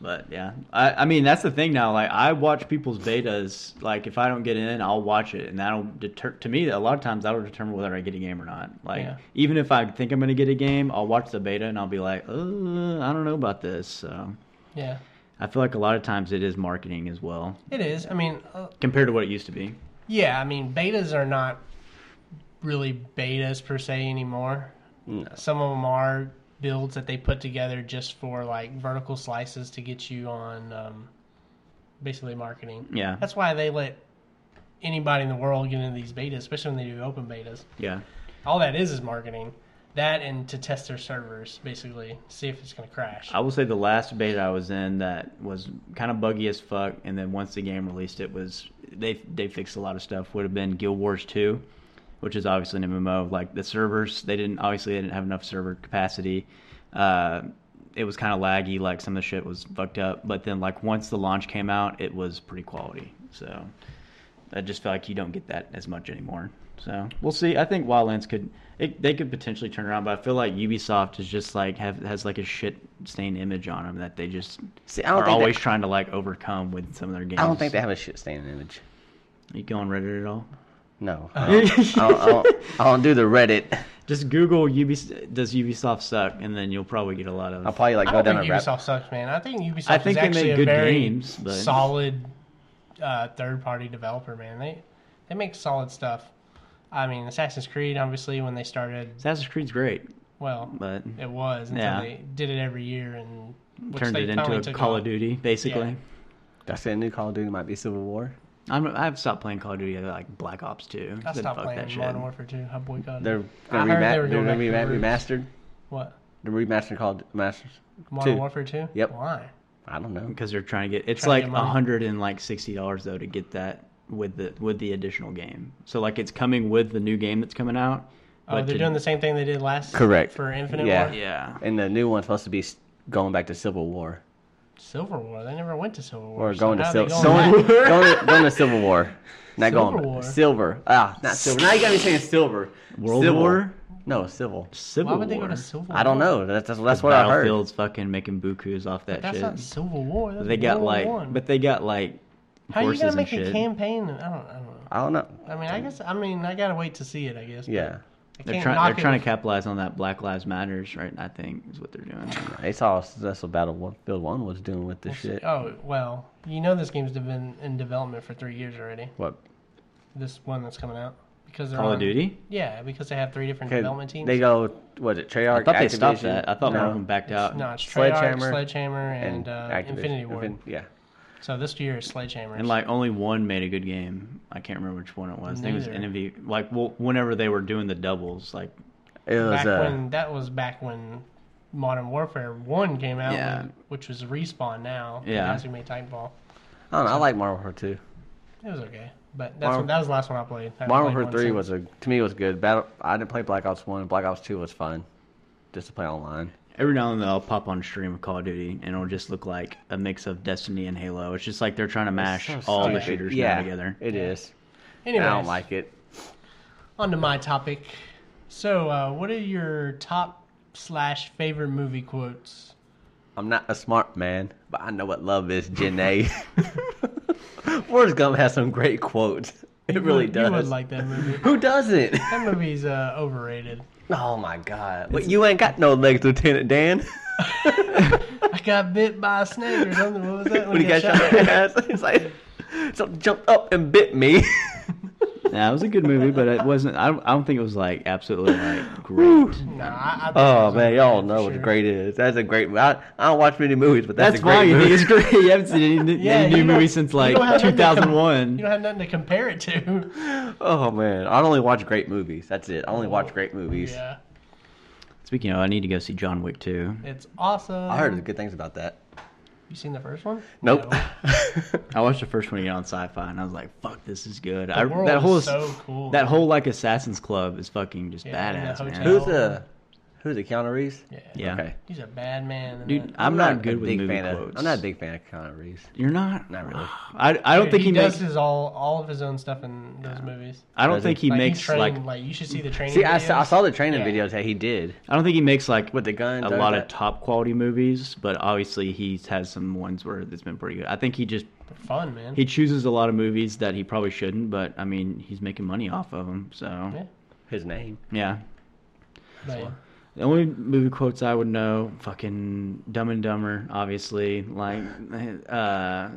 C: But yeah, I, I mean that's the thing now. Like I watch people's betas. Like if I don't get in, I'll watch it, and that'll deter. To me, a lot of times that'll determine whether I get a game or not. Like
A: Yeah.
C: even if I think I'm gonna get a game, I'll watch the beta and I'll be like, uh, I don't know about this. So
A: Yeah,
C: I feel like a lot of times it is marketing as well
A: it is. I mean, uh,
C: compared to what it used to be.
A: yeah, I mean, betas are not really betas per se anymore.
B: No.
A: Some of them are builds that they put together just for like vertical slices to get you on um, basically marketing.
C: Yeah,
A: That's why they let anybody in the world get into these betas, especially when they do open betas.
C: yeah.
A: All that is is marketing. That and to test their servers, basically, see if it's going to crash.
C: I will say the last beta I was in that was kind of buggy as fuck, and then once the game released, it was they they fixed a lot of stuff. Would have been Guild Wars two, which is obviously an MMO. Like the servers, they didn't obviously they didn't have enough server capacity. Uh, it was kind of laggy. Like some of the shit was fucked up. But then like once the launch came out, it was pretty quality. So I just feel like you don't get that as much anymore. So we'll see. I think Wildlands could it, they could potentially turn around, but I feel like Ubisoft is just like have has like a shit stained image on them that they just
B: See, I don't
C: are
B: think
C: always
B: they,
C: trying to like overcome with some of their games.
B: I don't think they have a shit stain image.
C: You go on Reddit at all?
A: (laughs)
B: No, I don't, I, don't, I, don't, I don't do the Reddit.
C: Just Google Ubis does Ubisoft suck, and then you'll probably get a lot of.
B: I'll probably like
A: I
B: go
A: don't
B: down a
A: think
B: rabbit.
A: Ubisoft sucks, man. I think Ubisoft
C: I think
A: is
C: they
A: actually
C: make
A: a
C: good
A: very
C: games, but
A: solid uh, third-party developer, man. They they make solid stuff. I mean, Assassin's Creed, obviously, when they started,
C: Assassin's Creed's great,
A: well,
C: but
A: it was until
C: Yeah.
A: they did it every year and which
C: turned
A: they
C: it
A: finally
C: into a
A: took
C: Call
A: off.
C: of Duty basically.
A: Yeah.
B: I said new Call of Duty might be Civil War.
C: I'm, I've stopped playing Call of Duty. I like Black Ops 2.
A: I
C: Then
A: stopped
C: fuck that
A: playing
C: shit.
A: Modern Warfare 2. I boycotted.
B: They're
A: I
B: gonna
A: heard
B: rema-
A: they were
B: they're
A: going
B: gonna
A: back to the
B: rema-
A: roots.
B: remastered.
A: what?
B: They're remastering Called Masters.
A: Modern
B: Two.
A: Warfare 2?
B: Yep.
A: Why? Oh,
B: I don't know.
C: because they're trying to get it's
A: Trying
C: like
A: to
C: a
A: get money.
C: hundred and like sixty dollars though to get that with the with the additional game. So like it's coming with the new game that's coming out.
A: Oh,
C: but
A: they're
C: to-
A: doing the same thing they did last
B: Correct.
A: for Infinite
B: Yeah.
A: War?
C: Yeah,
B: And the new one's supposed to be s- going back to Civil War
A: Silver War. They never went to Silver War.
B: or
A: so
B: going to
A: how
B: Civil
A: they going (laughs)
B: going, going, going to Civil War. Not
A: Civil
B: going
A: War.
B: silver. Ah, not silver. Now you got me saying silver.
C: World
B: Civil-
C: War?
B: No, civil.
C: Civil
A: Why would
C: War.
A: they go to Silver War?
B: I don't know. That's that's, that's what I heard.
C: Battlefield's fucking making bukus off that
A: That's
C: shit.
A: not Civil War. That's
C: they got
A: World War
C: like,
A: One.
C: but they got like
A: how are you
C: horses
A: gonna make
C: and
A: a
C: shit.
A: campaign? I don't. I don't know.
B: I don't know.
A: I mean, I guess. I mean, I gotta wait to see it. I guess. but
B: Yeah,
A: I
C: They're
A: can't
C: trying.
A: knock
C: They're trying
A: it.
C: to capitalize on that Black Lives Matters, right? I think is what they're doing.
B: they saw that's what Battlefield One was doing with this shit.
A: Oh well, you know this game's been in development for three years already.
B: What?
A: This one that's coming out because they're
C: Call
A: on,
C: of Duty.
A: Yeah, because they have three different
B: Okay,
A: development teams.
B: They go. Was it Treyarch?
C: I thought they stopped
B: Activision?
C: that. I thought one
B: No.
C: of them backed out.
A: no, it's Treyarch, Sledgehammer,
B: Sledgehammer
A: and, uh,
B: Activision.
A: Infinity Ward.
B: Infin- yeah.
A: So this year is Sledgehammer.
C: And like only one made a good game. I can't remember which one it was. I think it was
A: Neither.
C: envy. Like well, whenever they were doing the doubles, like
B: It was.
A: back
B: uh,
A: when that was back when Modern Warfare One came out,
C: Yeah.
A: when- which was respawn now.
C: Yeah.
A: that's who made Titanfall.
B: I don't know. I like Modern Warfare Two.
A: It was okay, but that's
B: Modern-
A: when- that was the last one I played. I
B: Modern
A: played
B: Warfare
A: one
B: Three
A: since.
B: was a to me it was good. Battle. I didn't play Black Ops One. and Black Ops Two was fun, just to play online.
C: every now and then I'll pop on stream of Call of Duty, and it'll just look like a mix of Destiny and Halo. It's just like they're trying to mash
B: So
C: all the
B: stupid.
C: shooters
B: yeah,
C: now together.
B: It is.
A: Anyways,
B: I don't like it.
A: on to my topic. So, uh, what are your top slash favorite movie quotes?
B: I'm not a smart man, but I know what love is, Janae. (laughs) Forrest Gump has some great quotes. It really
A: would-
B: does.
A: You would like that movie.
B: Who doesn't?
A: that movie's uh, overrated.
B: Oh my god. But you ain't got no legs, Lieutenant Dan.
A: I got bit by a snake or something. What was that?
B: when he got shot in the ass, (laughs) he's like, something jumped up and bit me.
C: Yeah, it was a good movie, but it wasn't. I don't, I don't think it was like absolutely like great.
A: Nah, I, I think it
B: Oh
A: was
B: man, y'all
A: overrated
B: know
A: for
B: what the
A: sure.
B: great is. That's a great. I, I don't watch many movies, but that's,
C: That's
B: a great
C: why you
B: movie.
C: think it's great. You haven't
B: (laughs)
C: seen any,
A: Yeah,
C: any
A: you
C: new
A: don't-
C: movie since
A: you
C: like
A: don't have nothing to com- You
C: 2001.
A: don't have nothing to compare it to. (laughs)
B: Oh man, I only watch great movies. That's it. I only watch great movies.
A: Yeah,
C: Speaking of, I need to go see John Wick 2.
A: it's awesome.
B: I heard good things about that.
A: You seen the first one?
B: Nope.
A: No.
C: I watched the first one again on Sci-Fi, and I was like, "Fuck, this is good." I,
A: world
C: that
A: is
C: whole
A: so cool.
C: that whole like Assassin's Club is fucking just
A: Yeah, in
C: badass,
A: the
C: man.
A: hotel.
B: (laughs) who's the Who's the Keanu Reeves?
A: Yeah.
C: Yeah,
B: Okay.
A: He's a bad man. in
C: dude,
A: that.
C: I'm, not,
B: a
C: good with
B: big
C: movie
B: fan
C: quotes.
B: Of, I'm not a big fan of Keanu Reeves.
C: You're not.
B: Not really.
C: I I don't
A: Dude,
C: think he,
A: does
C: makes.
A: his all all of his own stuff in those movies.
C: I don't
B: Does
C: think
B: he?
C: he makes
A: trained,
C: like.
A: you should see the training.
B: See, I saw, I
A: videos.
B: saw the training
A: Yeah.
B: videos that he did
C: I don't think he makes like
B: with the guns.
C: a
B: all
C: lot
B: that.
C: of top quality movies, but obviously he's has some ones where it's been pretty good. I think he just
A: fun, man.
C: he chooses a lot of movies that he probably shouldn't, but I mean he's making money off of them, so
A: Yeah.
B: his name.
C: yeah.
A: But yeah.
C: The only movie quotes I would know, fucking Dumb and Dumber, obviously. Like, uh,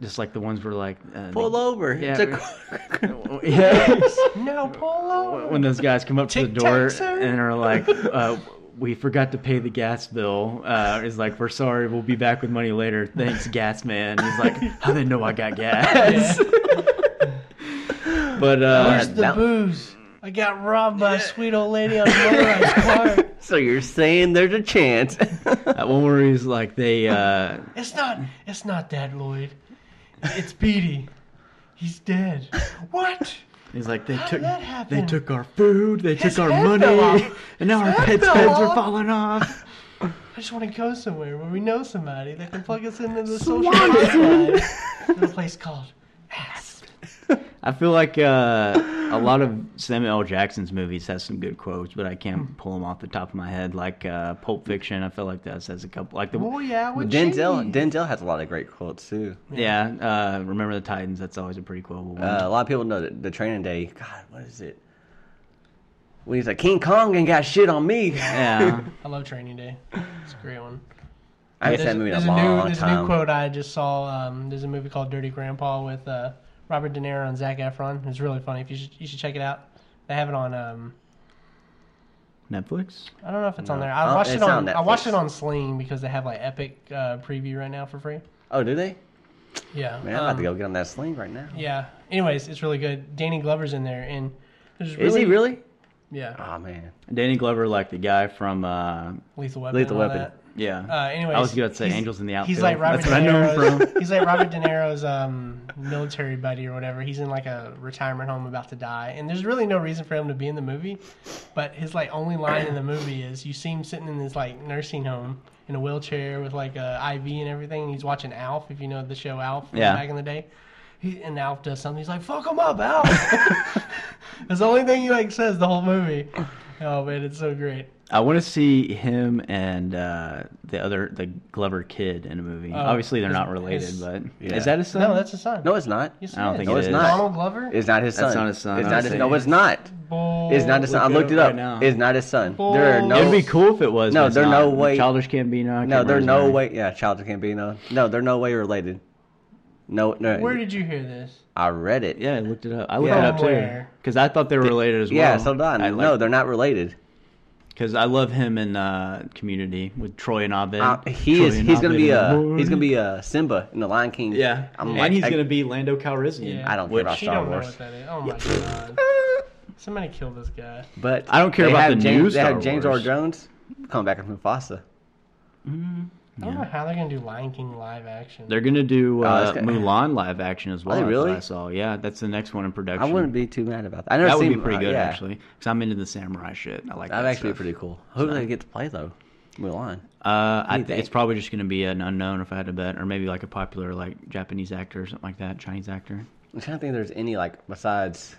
C: just like the ones where like, uh,
B: Pull
C: (laughs)
B: over.
C: Yeah,
B: It's (laughs)
C: (laughs)
B: a-
C: yeah.
A: (laughs) No, Polo.
C: when those guys come up to the
A: Tic Tac,
C: door
A: sir.
C: and are like, uh, "We forgot to pay the gas bill." Uh, is like, "We're sorry, we'll be back with money later." Thanks, gas man. He's like, "How they know I got gas?" (laughs) but uh,
A: Where's the
B: that-
A: booze? I got robbed by a sweet old lady on a motorized
C: (laughs)
A: car.
B: so you're saying there's a chance?
C: that one where he's like, they. Uh,
A: It's not. It's not that Lloyd. It's Petey. He's dead. What?
C: He's like they
A: How
C: took
A: did that
C: they
A: happen?
C: took our food, they
A: His
C: took our
A: head
C: money,
A: fell off.
C: (laughs) and now
A: His
C: our
A: head
C: pets'
A: fell
C: heads
A: off.
C: are
A: (laughs)
C: falling off.
A: I just want to go somewhere where we know somebody that can plug us into the social
C: (laughs)
A: hotline. Little place called Asp.
C: I feel like uh, a lot of Samuel L. Jackson's movies has some good quotes, but I can't pull them off the top of my head. Like uh, Pulp Fiction, I feel like that says a couple. Like the
A: Oh yeah, with
B: Denzel
A: cheese.
B: Denzel has a lot of great quotes too.
C: yeah, uh, remember the Titans? That's always a pretty quotable one.
B: Uh,
A: Oh.
B: a lot of people know that the training day. God, what is it? When he's like King Kong and got shit on me. (laughs)
A: (laughs)
C: yeah,
A: I love Training Day. It's a great one.
B: I
A: There's,
B: haven't seen that movie in
A: there's
B: a long
A: new, There's a
B: time.
A: new quote I just saw. Um, there's a movie called Dirty Grandpa with uh, Robert De Niro and Zach Efron. It's really funny. If you should, you should check it out. They have it on. Um,
C: Netflix.
A: I don't know if it's on
B: No.
A: there.
B: I
A: I
B: don't-
A: watched
B: it's
A: it
B: not
A: on.
B: on
A: I watched
B: Netflix.
A: it on Sling because they have like Epic uh, preview right now for free.
B: Oh, do they?
A: Yeah.
B: Man, I'm about to
A: um,
B: go get on that sling right now.
A: Yeah. Anyways, it's really good. Danny Glover's in there, and there's really,
B: Is he really?
A: Yeah.
B: Oh man,
C: Danny Glover, like the guy from uh,
A: Lethal Weapon.
B: Lethal
A: and all
B: Weapon.
A: that.
C: yeah.
A: Uh, anyways,
C: I was gonna say
A: he's-
C: Angels in the Outfield.
A: He's like Robert
C: That's
A: De
C: what I know him
A: Niro's.
C: from.
A: he's like
C: (laughs)
A: Robert De Niro's um, military buddy or whatever. He's in like a retirement home about to die, and there's really no reason for him to be in the movie. But his like only line in the movie is you see him sitting in this like nursing home in a wheelchair with like a IV and everything. And he's watching Alf, if you know the show Alf from
C: Yeah.
A: back in the day. He, and Alf does something. He's like, "Fuck him up, Alf." (laughs) That's the only thing he like says the whole movie. Oh man, it's so great.
C: I want to see him and uh, the other the Glover kid in a movie.
A: Oh,
C: Obviously, they're
A: his-
C: not related,
A: his-
C: but
B: Yeah.
C: is that his son?
A: No, that's his son.
B: no, it's not.
A: Yes,
C: I don't think
B: No,
C: it
B: it's
C: is.
B: not.
A: Donald Glover.
B: It's not his son.
C: That's not his son,
B: It's
C: I
B: not
C: was
B: his.
C: saying.
B: No, it's not.
A: Bull-
B: It's not his son. I
C: Look it
B: looked it
C: up
B: up.
C: right now.
B: It's not his son.
A: Bull-
B: There are no.
C: It'd be cool if it was.
B: No,
C: but it's
B: there's
C: not.
B: no way-
C: Childish Gambino. I
B: No,
C: can't
B: they're
C: remember his
B: no
C: name.
B: way. Yeah, Childish Gambino. No, they're no way related. No, no.
A: Where did you hear this?
B: I read it.
C: Yeah, I looked it up. I looked
B: Yeah.
C: it up too
A: Somewhere.
C: because I thought they were related as well.
B: Yeah, so done. no, they're not related.
C: because I love him in uh, Community with Troy and Abed.
B: Uh, he
C: Troy
B: is.
C: and
B: He's gonna be
C: Abed.
B: a. He's gonna be a Simba in the Lion King.
C: Yeah,
B: I'm
C: and
B: like,
C: he's
B: I-
C: gonna be Lando Calrissian.
A: Yeah.
B: I don't care
C: Which-
B: about
A: She
B: Star
A: don't know
B: Wars.
A: what that is. Oh my
B: (laughs)
A: god! Somebody kill this guy.
B: But
C: I don't care
B: they
C: about
B: have
C: the
B: James,
C: new
B: They
C: Star
B: have James
C: Wars.
B: Earl Jones come back as Mufasa. Mm-hmm.
A: I don't know how they're gonna do Lion King live action.
C: They're gonna do uh,
B: Oh, that's good.
C: Mulan live action as well.
B: they
C: that's what
B: really?
C: I saw. Yeah, that's the next one in
B: I
C: production.
B: wouldn't be too mad about that. I never
C: that would
B: seen,
C: be pretty
B: uh,
C: good
B: yeah.
C: actually, because I'm into the samurai shit. I like that.
B: That'd actually be
C: stuff.
B: pretty cool. Who do they get to play though? Mulan.
C: Uh, I
B: you
C: th- it's
B: think?
C: probably just gonna be an unknown if I had to bet, or maybe like a popular like Japanese actor or something like that, Chinese actor.
B: I'm trying to think. If there's any like besides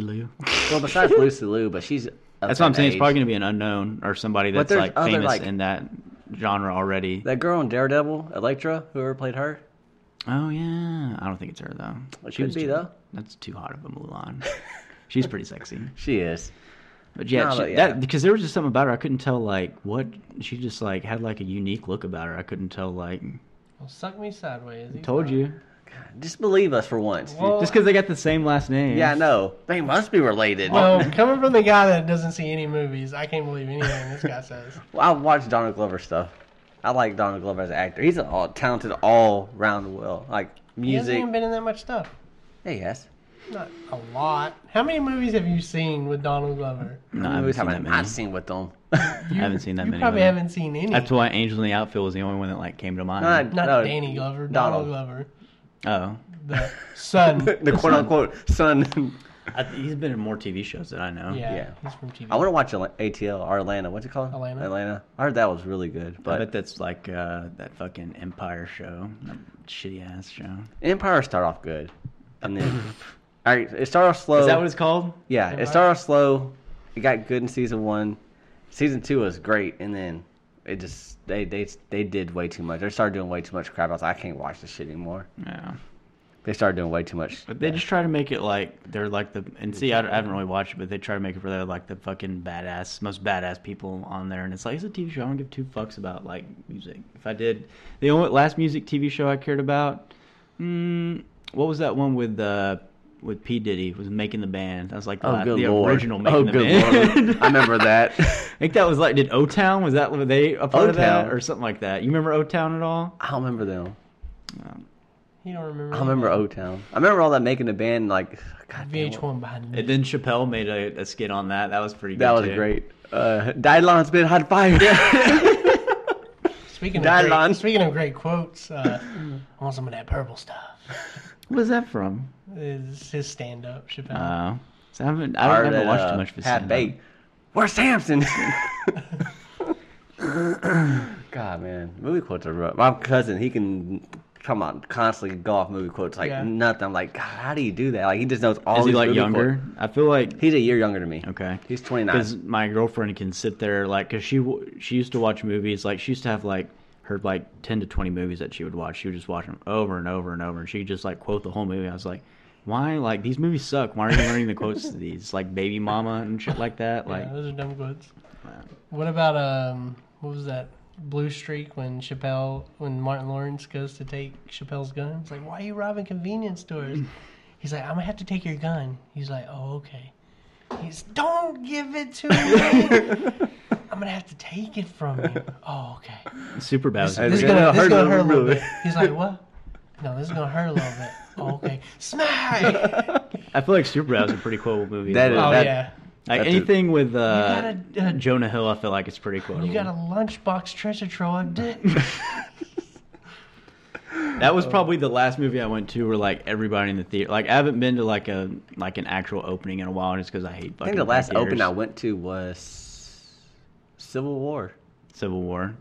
B: (laughs)
C: Liu.
B: well besides Lucy Liu, but she's of
C: That's what I'm
B: that
C: saying. It's
B: age.
C: probably gonna be an unknown or somebody that's
B: there's
C: like
B: other,
C: famous
B: like-
C: in that genre already.
B: that girl in Daredevil, Elektra, whoever played her.
C: oh yeah, I don't think it's her though.
B: It could be,
C: too,
B: though.
C: That's too hot of
B: (laughs)
C: a Mulan. She's pretty sexy.
B: She is.
C: But yeah,
B: No,
C: she,
B: but yeah.
C: that because there was just something about her I couldn't tell like what she just like had like a unique look about her. I couldn't tell like
A: Well, suck me sideways. He's
C: told
A: fine.
C: you
B: Just believe us for once.
A: Well,
C: just because they got the same last name.
B: yeah, I know. They must be related.
A: well,
B: (laughs)
A: coming from the guy that doesn't see any movies, I can't believe anything this guy says.
B: Well, I watch Donald Glover stuff. I like Donald Glover as an actor. He's a all, talented all round well. Like
A: He hasn't
B: music.
A: even been in that much stuff.
B: Yeah, yes.
A: Not a lot. How many movies have you seen with Donald Glover?
C: No, I
B: I
C: haven't seen that
B: haven't
C: many.
B: I've seen with them.
A: (laughs) You-
C: haven't seen that
A: you
C: many
A: Probably
C: of them.
A: haven't seen any.
C: That's why Angel in the Outfield was the only one that like came to mind.
B: Not,
A: Not
B: no,
A: Danny Glover. Donald,
B: Donald.
A: Glover,
C: Oh,
A: the
B: (laughs)
A: son.
B: (laughs) the quote unquote son.
C: I, he's been in more TV shows that I know.
A: yeah,
B: Yeah.
A: he's from TV.
B: I want to watch Atla- ATL or Atlanta. What's it called?
A: Atlanta.
B: Atlanta. I heard that was really good.
C: I
B: But
C: bet that's like uh, that fucking Empire show, that shitty ass show.
B: Empire started off good, and then
C: (laughs)
B: all right, it started off slow.
C: Is that what it's called?
B: yeah,
A: Empire?
B: it started off slow. It got good in season one. Season two was great, and then it just they they they did way too much. They started doing way too much crap. I was like, I can't watch this shit anymore.
C: Yeah.
B: They started doing way too much.
C: But they just try to make it like they're like the and see I, I haven't really watched it, but they try to make it where they're like the fucking badass, most badass people on there, and it's like it's a TV show. I don't give two fucks about like music. If I did, the only last music TV show I cared about, mm, what was that one with uh with P Diddy was making the band. That was like the,
B: Oh
C: la-
B: good
C: the
B: lord!
C: original making
B: oh
C: the
B: good
C: (laughs) band.
B: lord! I remember that.
C: I think that was like did O Town was that were they a part of that
B: O-Town.
C: or something like that? You remember O Town at all?
B: I don't remember them.
A: He don't remember.
B: I remember O Town. I remember all that making the band. Like, God damn, what-
A: VH1 behind me.
C: And then Chappelle made a, a skit on that. That was pretty.
B: that
C: good
B: was
C: too.
B: great. Uh, Dylan's been hot
C: (laughs)
B: fire. (laughs)
A: Speaking
B: Died
A: of
B: on.
A: great, speaking of great quotes, uh, I want some of that purple stuff.
C: What is that from?
A: Is his stand up Chappelle?
C: Uh, so I haven't. I don't, I haven't watched too much of his
B: uh, Pat
C: stand
B: Bate. Where's Samson? (laughs) God man, movie quotes are rough. My cousin, he can talking about constantly golf movie quotes like
A: Yeah.
B: nothing. I'm like, God, how do you do that? Like he just knows all.
C: Is he
B: these
C: like
B: movie
C: younger?
B: quotes.
C: I feel like
B: He's a year younger than me.
C: okay.
B: He's 29.
C: because my girlfriend can sit there like because she w- she used to watch movies like she used to have like her like 10 to 20 movies that she would watch she would just watch them over and over and over and she could just like quote the whole movie i was like why like these movies suck why are you learning the quotes to these (laughs) like baby mama and shit like that like
A: yeah, those are dumb quotes.
C: Wow.
A: What about um, what was that blue streak when Chappelle, when Martin Lawrence goes to take Chappelle's gun? It's like, why are you robbing convenience stores? He's like, I'm gonna have to take your gun. He's like, oh okay. He's don't give it to me. I'm gonna have to take it from you. Oh okay.
C: super bad
A: This is
B: It's
A: gonna,
B: gonna
A: this is
B: hurt
A: gonna
B: a
A: hurt a
B: little
A: little bit. He's like, what? No, this is gonna hurt a little
B: (laughs)
A: bit. Oh, okay, smack.
C: i feel like super bad is a pretty quotable movie as
B: That is-
A: Oh
C: well.
B: that-
A: yeah.
C: like
B: that's a-
C: anything with uh,
A: You got a- uh,
C: jonah hill i feel like it's pretty quotable
A: You got a lunchbox treasure trove. Dick.
B: (laughs)
C: That was probably the last movie I went to where like everybody in the theater. Like I haven't been to like a like an actual opening in a while just because I hate. Fucking
B: I think the last
C: theaters.
B: open I went to was Civil War.
C: Civil War.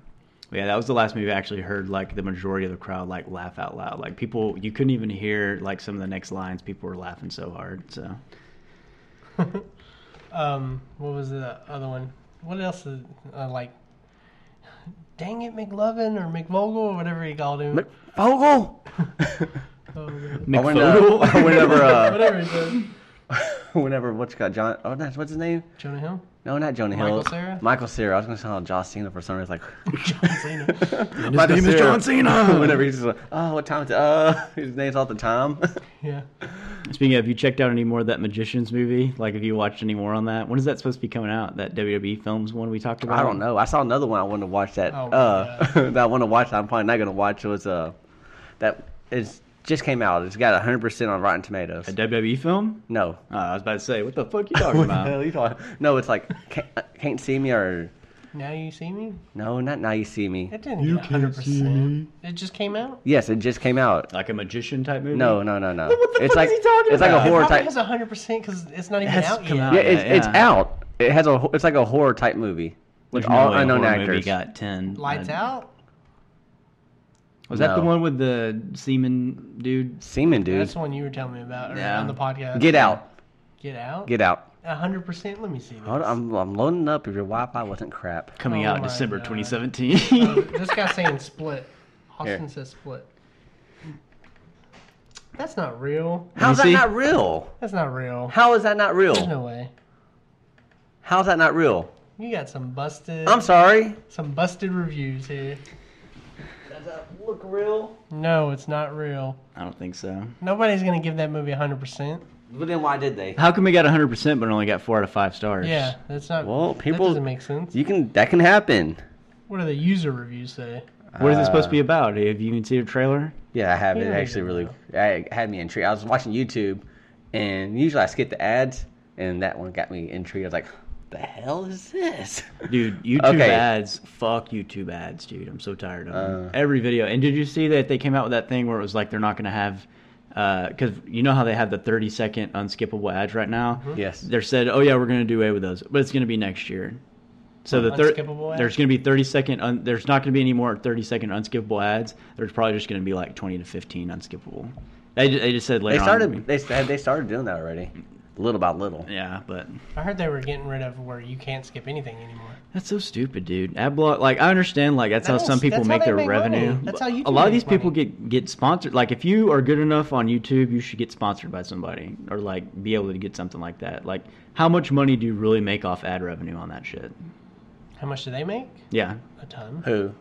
C: Yeah, that was the last movie I actually heard like the majority of the crowd like laugh out loud. Like people, you couldn't even hear like some of the next lines. People were laughing so hard. So
A: Um, what was the other one? What else is uh, like? Dang it, McLovin or McVogel or whatever he called him.
B: Fogel.
A: Oh, God.
B: Or when, (laughs)
C: McFogel?
B: uh, or whenever,
A: (laughs)
B: uh,
A: whatever he said.
B: (laughs) whenever what's got John? Oh, that's what's his name?
A: Jonah Hill.
B: No, not Jonah Hill.
A: Michael Cera?
B: Michael Cera. I was gonna sound John Cena for some reason. Like
C: (laughs)
A: John Cena.
C: his name is John
B: (laughs)
C: Cena. (laughs)
B: whenever he's just like, oh, what time is it? Uh, (laughs) his name's all the time.
A: (laughs) Yeah.
C: (laughs) speaking of, have you checked out any more of that Magicians movie? Like, have you watched any more on that? When is that supposed to be coming out? That WWE films one we talked
B: (laughs)
C: about.
B: I don't know. I saw another one I wanted to watch that.
A: Oh, my
B: uh, (laughs) that I want to watch. That I'm probably not gonna watch. It was uh, that it's just came out. It's got 100 percent on Rotten Tomatoes.
C: A WWE film?
B: No,
C: Uh, I was about to say, (laughs) what the fuck you
B: (laughs)
C: talking
B: What the
C: about?
B: hell you talking- (laughs) No, it's like can't, uh, can't see me or
A: Now you see me.
B: no, not now you see me.
A: It didn't you get 100. percent It just came out.
B: Yes, it just came out.
C: Like a magician type movie?
B: No, no, no, no.
C: What the
B: it's
C: fuck
B: like
C: is he talking
B: it's
C: about?
B: like a horror
A: it probably
B: type.
A: has 100 percent because it's not even
C: has
A: out
C: come
A: yet.
C: out.
B: yeah, it's it's
C: Yeah.
B: out. It has a ho- it's like a horror type movie with
C: There's no
B: all
C: way a
B: unknown
C: horror Movie
B: actors.
C: got ten.
A: Lights
C: Uh,
A: out.
C: Was that the
B: No.
C: one with the seaman dude?
B: Seaman dude,
A: That's the one you were telling me about or
C: Yeah.
A: on the podcast.
B: get out,
A: Get out.
B: get out.
A: 100. percent Let me see. This.
B: Hold on, I'm I'm loading up. If your Wi-Fi wasn't crap,
C: Coming
A: Oh
C: out
A: my
C: December
A: God. (laughs)
C: 2017.
A: Oh,
C: (laughs)
A: this guy's saying split. Austin
B: (laughs) Here.
A: says split. That's not real.
B: how's that
C: see.
B: not real?
A: That's not real.
B: How is that not
A: There's
B: real?
A: no way.
B: How's that not real?
A: You got some busted,
B: I'm sorry.
A: some busted reviews here.
B: Does that look real?
A: No, it's not real.
C: I don't think so.
A: Nobody's gonna give that movie 100%.
B: But then why did they?
C: How come we got 100% but only got 4 out of 5 stars?
A: Yeah, that's not.
B: Well,
A: that
B: people-
A: doesn't make sense.
B: You can that can happen.
A: What do the user reviews say?
C: What is it supposed
B: Uh,
C: to be about? Have you even seen a trailer?
B: Yeah, I have.
A: Yeah,
B: It
A: I
B: actually
A: did
B: really I, had me intrigued. I was watching YouTube, and usually I skip the ads, and that one got me intrigued. I was like, "The hell is (laughs) this?"
C: Dude, YouTube
B: Okay.
C: ads. Fuck YouTube ads, dude. I'm so tired of them.
B: Uh.
C: Every video. And did you see that they came out with that thing where it was like they're not going to have. Because you know how they have the 30 second unskippable ads right now?
A: Mm-hmm.
B: Yes.
C: They said, oh, yeah, we're going to do away with those, but it's going to be next year. So the thir-
A: Unskippable ads?
C: there's going to be 30 second. Un- there's not going to be any more 30 second unskippable ads. There's probably just going to be like 20 to 15 unskippable. They, ju- they just said later
B: They
C: on-
B: started. They st- they started doing that already, little by little.
C: Yeah, but
A: I heard they were getting rid of where you can't skip anything anymore.
C: That's so stupid, dude. Ad block, like I understand, like that's how
A: That's-
C: some people
A: that's how
C: make
A: they
C: their
A: make
C: revenue.
A: money. That's how
C: But
A: YouTube
C: a lot of
A: makes
C: these people
A: money.
C: get get sponsored. Like if you are good enough on YouTube, you should get sponsored by somebody or like be able to get something like that. Like how much money do you really make off ad revenue on that shit?
A: How much do they make?
C: Yeah,
A: A ton.
B: Who?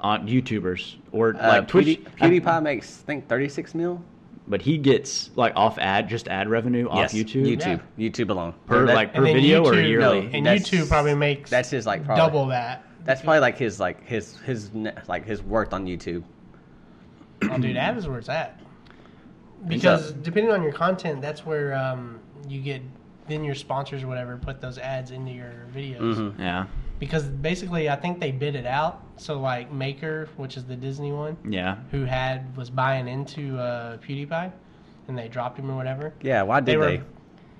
C: on YouTubers or
B: Uh,
C: like Twitch.
B: Pewdie- PewDiePie makes I think thirty six mil.
C: but he gets like off ad, just ad revenue off YouTube.
B: YouTube. YouTube alone.
C: Per,
B: That-
C: like, per
A: And then
C: video or
A: YouTube-
C: yearly?
A: And
B: that's-
A: YouTube probably makes
B: That's his like probably,
A: double that.
B: That's probably like his like his his ne- like his work on YouTube.
A: Oh, dude, that is where it's at.
B: so-
A: Because depending on your content, that's where um, you get then your sponsors or whatever put those ads into your videos.
B: Mm-hmm.
C: Yeah,
A: Because basically, I think they bid it out. So like Maker, which is the Disney one,
C: yeah.
A: who had was buying into uh, PewDiePie, and they dropped him or whatever.
B: Yeah. Why did
A: were.
B: they?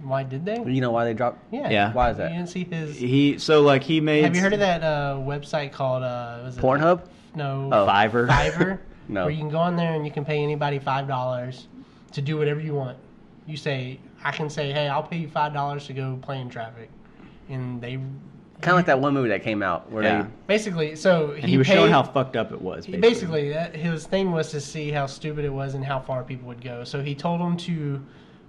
A: Why did they?
B: You know why they dropped?
A: Yeah.
C: Yeah.
B: Why is that?
A: You didn't see his.
C: He so like he made.
A: Have you heard of that uh, website called uh, was it
B: Pornhub.
A: No.
B: Oh.
C: Fiverr? (laughs)
A: Fiverr.
B: No.
A: where you can go on there and you can pay anybody five dollars to do whatever you want. You say, I can say, hey, I'll pay you five dollars to go play in traffic, and they
B: Kind of like that one movie that came out where
C: Yeah.
A: basically. So
C: And he, was showing
A: paid-
C: how fucked up it was.
A: he- basically that, his thing was to see how stupid it was and how far people would go. So he told them to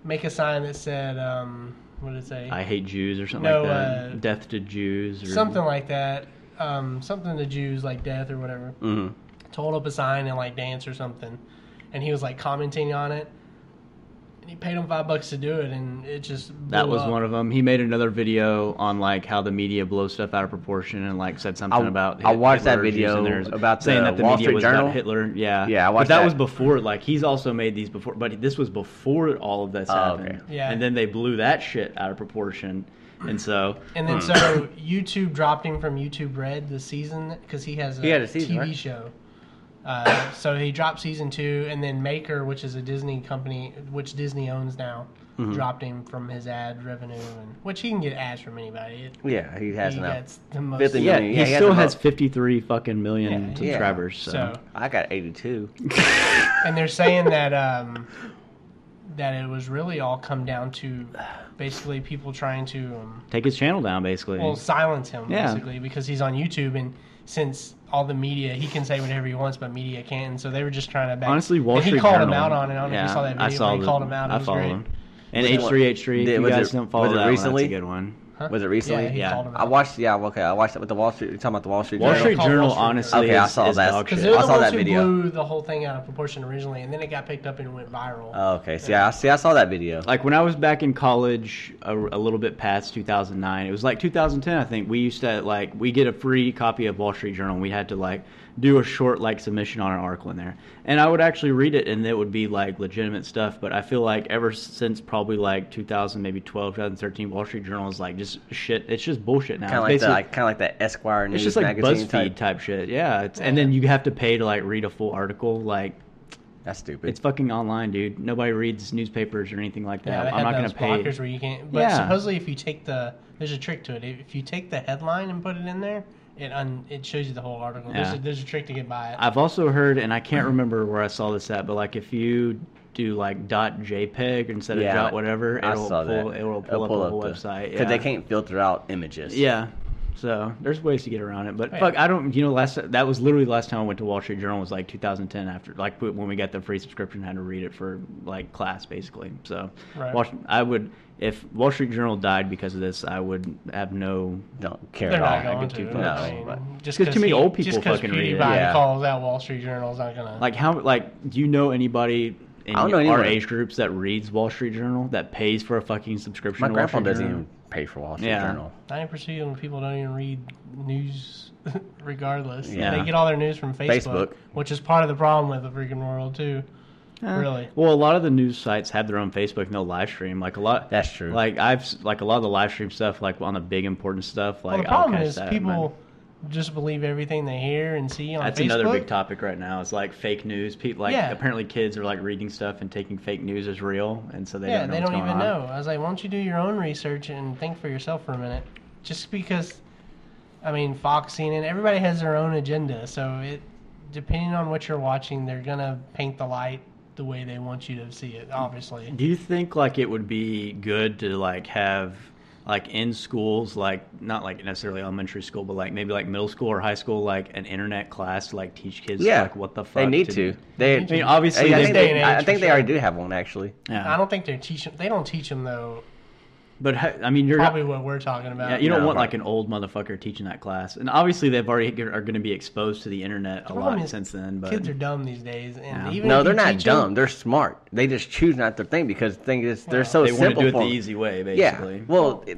A: make a sign that said, um, what did it say?
C: I hate Jews or something
A: No,
C: like that.
A: uh,
C: Death to Jews or
A: something like that. Um, something to Jews like death or whatever.
B: they. Mm-hmm.
A: told up a sign and like dance or something, and he was like commenting on it. And he paid him five bucks to do it, and it just
C: That
A: blew
C: was
A: up.
C: one of them. He made another video on like how the media blows stuff out of proportion and like said something
B: I-
C: about.
B: I watched that
C: Jews
B: video
C: and there's-
B: about
C: saying
B: the
C: that the
B: Wall
C: media
B: Street
C: was
B: Journal.
C: about Hitler. Yeah,
B: Yeah, I watched
C: but that,
B: that.
C: was before. Like he's also made these before, but this was before all of this
B: Oh,
C: happened.
B: okay.
A: Yeah.
C: and then they blew that shit out of proportion, and so
A: And
B: Hmm.
A: then so YouTube dropped him from YouTube Red this season because he has a,
B: He had a season,
A: TV
B: right?
A: show. Uh, so he dropped season two, and then Maker, which is a Disney company, which Disney owns now,
B: Mm-hmm.
A: dropped him from his ad revenue, and which he can get ads from anybody. It,
B: Yeah, he has
A: he
B: enough.
A: gets the most.
B: Fifty Yeah,
C: yeah, he,
B: yeah, he has
C: still
B: a
C: has
B: vote.
C: fifty three fucking million
A: Yeah, yeah.
C: subscribers. So.
A: So
B: I got 82.
A: and they're saying that um, that it was really all come down to basically people trying to um,
C: take his channel down basically.
A: well silence him
C: Yeah.
A: basically because he's on YouTube and since all the media he can say whatever he wants but media can't so they were just trying to back
C: Honestly, Wall
A: and he
C: Street
A: called
C: Journal.
A: him out on it. I don't know if you saw that video.
C: I saw
A: but he
C: the-
A: called him out. It
C: I
A: was
C: followed
A: great.
C: him. And
B: Was
C: H
B: it-
C: three H three. If
B: Did-
C: you
B: was
C: guys
B: it-
C: don't follow
B: was it
C: that one, that's
B: recently?
C: a good one.
A: Huh?
B: Was it recently?
A: Yeah, he
C: Yeah.
A: called him out.
B: I watched, yeah, okay. I watched it with the Wall Street. You're talking about the Wall Street
C: Wall
B: Journal?
C: Street
A: Called Wall
C: Journal,
A: Street Journal.
B: Okay,
C: honestly, is,
B: I saw
C: is
B: that.
C: dog
A: because
C: shit.
A: they're the
B: I saw
A: ones
B: that
A: who
B: video.
A: blew the whole thing out of proportion originally, and then it got picked up and went viral.
B: Oh, okay. See, I, see, I saw that video.
C: Like when I was back in college, a, a little bit past 2009, it was like 2010, I think. We used to like we get a free copy of Wall Street Journal. and We had to like do a short like submission on an article in there, and I would actually read it, and it would be like legitimate stuff. But I feel like ever since probably like 2000, maybe 12, 2013, Wall Street Journal is like just shit. It's just bullshit now.
B: Kind of like,
C: It's
B: the,
C: basically-
B: like, kind of like that Esquire news
C: it's just like
B: magazine
C: BuzzFeed
B: type.
C: type. shit. Yeah, it's, and then you have to pay to like read a full article. Like
B: That's stupid.
C: it's fucking online, dude. Nobody reads newspapers or anything like
A: Yeah, they
C: that. I'm
A: had
C: not gonna
A: those
C: pay.
A: blockers where you can't. But
C: Yeah.
A: supposedly, if you take the there's a trick to it. If you take the headline and put it in there, it un, it shows you the whole article. There's,
C: Yeah.
A: a, there's a trick to get by it.
C: I've also heard, and I
A: (clears throat)
C: can't remember where I saw this at, but like if you do like dot JPEG instead
B: Yeah,
C: of dot whatever,
B: I
C: it'll
B: saw
C: pull,
B: that.
C: it'll pull up the whole website. Yeah.
B: Because they can't filter out images.
C: Yeah. So there's ways to get around it, but
A: Oh, yeah.
C: fuck, I don't. You know, last that was literally the last time I went to Wall Street Journal was like 2010. After like when we got the free subscription, I had to read it for like class basically. So
A: Right.
C: Wall, I would if Wall Street Journal died because of this, I would have no.
B: Don't care
A: They're not
B: at all.
A: going
C: get
A: to.
C: too
A: No,
B: fucked.
A: I mean,
B: Right.
A: just
C: 'Cause too many
A: he-
C: old people
A: just 'cause
C: fucking read it.
A: PewDiePie
B: Yeah.
A: calls out Wall Street Journal's not gonna.
C: Like how like do you know anybody in
B: I don't know
C: our
B: anyone.
C: age groups that reads Wall Street Journal that pays for a fucking subscription?
B: My
C: to Wall
B: grandpa
C: Street
B: doesn't
C: Journal?
B: even pay for Wall Street
C: Yeah.
B: Journal.
A: Ninety percent of people don't even read news, (laughs) regardless.
B: Yeah.
A: They get all their news from Facebook,
B: Facebook.
A: which is part of the problem with the freaking world too.
C: Eh.
A: Really.
C: Well, a lot of the news sites have their own Facebook and they'll live stream. Like a lot.
B: That's true.
C: Like I've s- like a lot of the live stream stuff, like on the big important stuff. Like
A: Well, the
C: I'll
A: problem
C: catch
A: is
C: that,
A: people
C: but
A: just believe everything they hear and see on
C: That's
A: Facebook.
C: another big topic right now. It's like fake news. People like
A: Yeah.
C: apparently kids are like reading stuff and taking fake news as real, and so they
A: yeah,
C: don't know
A: they
C: what's
A: don't
C: going
A: even
C: on.
A: know. I was like, why don't you do your own research and think for yourself for a minute? Just because, I mean, Fox, CNN, everybody has their own agenda. So it, depending on what you're watching, they're gonna paint the light the way they want you to see it. Obviously,
C: Do you think like it would be good to like have like in schools like not like necessarily elementary school but like maybe like middle school or high school like an internet class to, like teach kids
B: Yeah.
C: like what the fuck
B: They need to. They,
A: I
C: I mean obviously
B: I
C: they,
B: think,
A: day and
B: they, I
A: age,
B: think
A: for
B: they
A: sure.
B: already do have one, actually.
C: yeah.
A: I don't think they're teaching. They don't teach them though.
C: But h- I mean, you're
A: Probably what we're talking about.
C: yeah, you don't
B: No,
C: want
B: right.
C: like an old motherfucker teaching that class, and obviously they've already g- are going to be exposed to the internet a
A: problem
C: lot
A: is
C: since then. But
A: Kids are dumb these days, and
C: Yeah.
A: even
B: No,
A: if
B: they're
A: you
B: not
A: teach 'em-
B: dumb. They're smart. They just choose not to think because the thing is, they're so
C: they want to
B: simple.
C: do it
B: for
C: the
B: them.
C: easy way,
B: Yeah.
C: basically.
B: Well, it-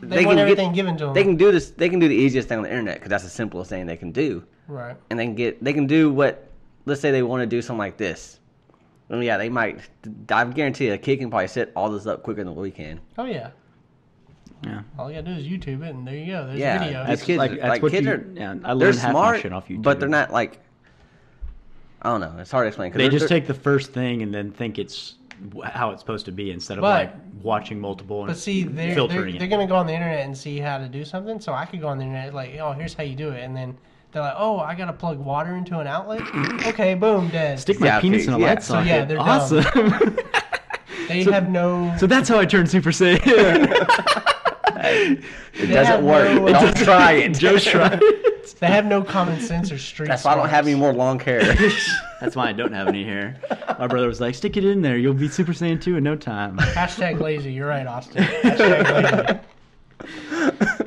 A: They,
B: they
A: want
B: can
A: everything
B: get,
A: given to them.
B: they can do this. They can do the easiest thing on the internet because that's the simplest thing they can do,
A: right.
B: and they can get. They can do what. Let's say they want to do something like this. And yeah, they might. I guarantee a kid can probably set all this up quicker than we can.
A: Oh yeah.
C: yeah.
A: All you gotta do is YouTube it, and there you go. There's
B: Yeah,
A: a video.
B: that's- These kids are- like, kids
C: you-
B: are-
C: yeah, I
B: They're
C: learned half
B: smart,
C: my shit off YouTube,
B: but they're not like. I don't know. It's hard to explain. 'cause
C: They
B: they're-
C: just
B: they're-
C: take the first thing and then think it's wh- how it's supposed to be instead of
A: But-
C: like watching multiple and
A: But see, they're, they're,
C: filtering
A: they're
C: it.
A: going to go on the internet and see how to do something. So I could go on the internet, like, oh, here's how you do it. And then They're like, oh, I gotta plug water into an
C: (coughs)
A: outlet. okay, boom, dead.
C: Stick my
B: Yeah,
C: penis
B: okay,
C: in a
B: yeah.
C: light
A: So,
C: socket.
A: yeah, they're dumb.
C: awesome. (laughs)
A: they
C: so-
A: have no.
C: so that's how I turned Super (laughs) Saiyan.
B: It
A: They have
B: doesn't
C: (laughs)
B: work.
A: no-
B: Don't try it. (laughs)
C: Joe's right.
A: they have no common sense or street.
B: That's why I don't have any
A: smarts.
B: more long
C: (laughs)
B: hair.
C: That's why I don't have any hair. My brother was like, "Stick it in there. You'll be Super Saiyan 2 in no time."
A: Hashtag lazy. You're right,
C: (laughs)
A: Austin. Hashtag lazy.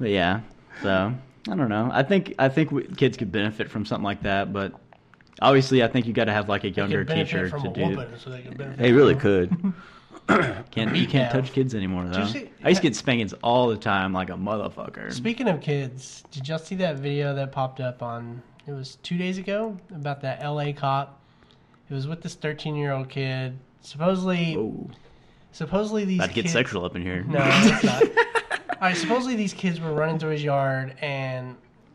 C: But yeah, so I don't know. I think I think we, kids could benefit from something like that, but obviously, I think you got to have like a
A: They
C: younger
A: could benefit
C: teacher
A: from
C: to
A: a
C: do.
A: whooping, so they could benefit
B: they really could.
C: Oh. (coughs) Can't you can't
A: down.
C: touch kids anymore though.
A: see-
C: I used to get spankings all the time, like a motherfucker.
A: Speaking of kids, did y'all see that video that popped up on? It was two days ago about that L.A. cop. It was with this 13-year-old kid. Supposedly,
C: oh,
A: supposedly these
C: about to get
A: kids,
C: sexual up in here. (laughs)
A: No, it's not. All right, supposedly these kids were running through his yard and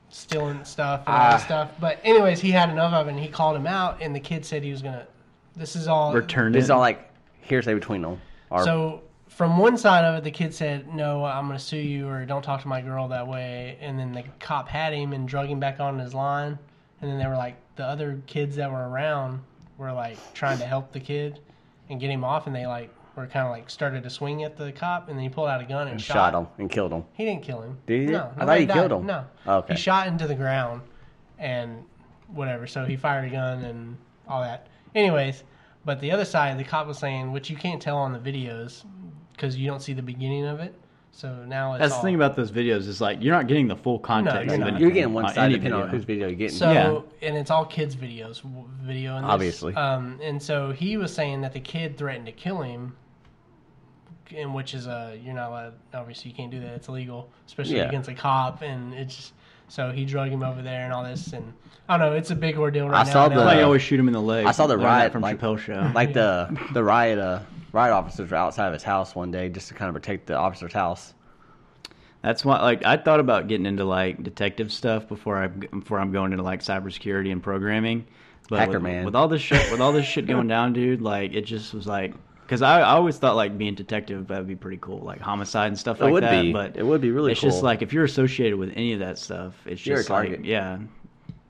A: stealing stuff and all
B: Ah.
A: this stuff. But anyways, he had enough of it. and He called him out, and the kid said he was gonna. This is all
C: Return
B: It's
C: it.
B: all like hearsay between them. Or,
A: So from one side of it, the kid said, "No, I'm going to sue you," or "Don't talk to my girl that way." And then the cop had him and drug him back on his line. And then they were like, the other kids that were around were like trying to help the kid and get him off, and they like were kind of like started to swing at the cop, and then he pulled out a gun and, shot,
B: shot him and killed him.
A: He didn't kill him.
B: Did he? I
A: No,
B: thought
A: nobody
B: he killed
A: died.
B: him. Oh,
A: No.
B: Okay.
A: He shot into the ground, and whatever. So he fired a gun and all that. Anyways, but the other side, the cop was saying, which you can't tell on the videos because you don't see the beginning of it. So now it's
C: That's
A: all-
C: the thing about those videos is like you're not getting the full context.
A: you're
C: of
A: not.
C: anything
B: You're getting one
C: on
B: side
C: any
B: depending on
C: video.
B: whose video you're getting.
A: So and it's all kids videos, w- video in this.
B: Obviously.
A: Um, and so he was saying that the kid threatened to kill him, and which is uh, you're not allowed. Obviously, you can't do that. It's illegal, especially
B: Yeah.
A: against a cop. And it's just, so he drug him over there and all this. And I don't know. It's a big ordeal right
B: I
A: now.
B: saw
A: and
B: the-
C: Why
A: LA
C: you always shoot him in the leg?
B: Uh, I saw the
C: Learned that
B: riot,
C: from
B: like-
C: Chappelle
B: (laughs)
C: show.
B: like
C: (laughs)
B: the the riot uh riot officers were outside of his house one day just to kind of protect the officer's house.
C: That's why, like, I thought about getting into like detective stuff before I before I'm going into like cybersecurity and programming. But
B: Hacker
C: with,
B: man.
C: with all this shit, with all this shit going down, dude, like it just was like, because I, I always thought like being detective that'd be pretty cool, like homicide and stuff
B: It
C: like
B: would
C: that.
B: be.
C: But
B: It would be really
C: It's just
B: cool.
C: like if you're associated with any of that stuff, it's
B: You're a
C: just like,
B: target.
C: yeah,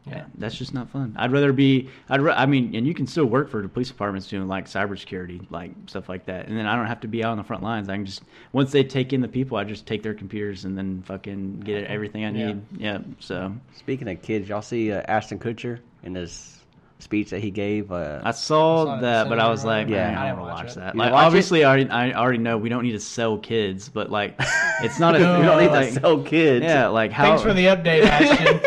A: Yeah.
C: yeah, that's just not fun. I'd rather be, I'd, ra- I mean, and you can still work for the police departments doing like cybersecurity, like stuff like that, and then I don't have to be out on the front lines. I can just once they take in the people, I just take their computers and then fucking get everything I
A: Yeah.
C: need. Yeah. So
B: Speaking of kids, y'all see uh, Ashton Kutcher in his speech that he gave. Uh,
C: I saw,
A: Saw it,
C: that, but I was
A: similar,
C: like,
A: right?
C: yeah,
B: Yeah.
C: I
A: I
C: don't
A: didn't
C: want to
A: watch
C: watch
A: it.
C: that.
B: You
C: Like,
B: watch it?
C: obviously, I already, I already know we don't need to sell kids, but like, (laughs) it's not
B: (laughs)
C: a.
A: No.
B: we don't need
C: like,
B: to sell kids.
C: Yeah,
B: (laughs)
C: like how?
A: Thanks for the update, Ashton.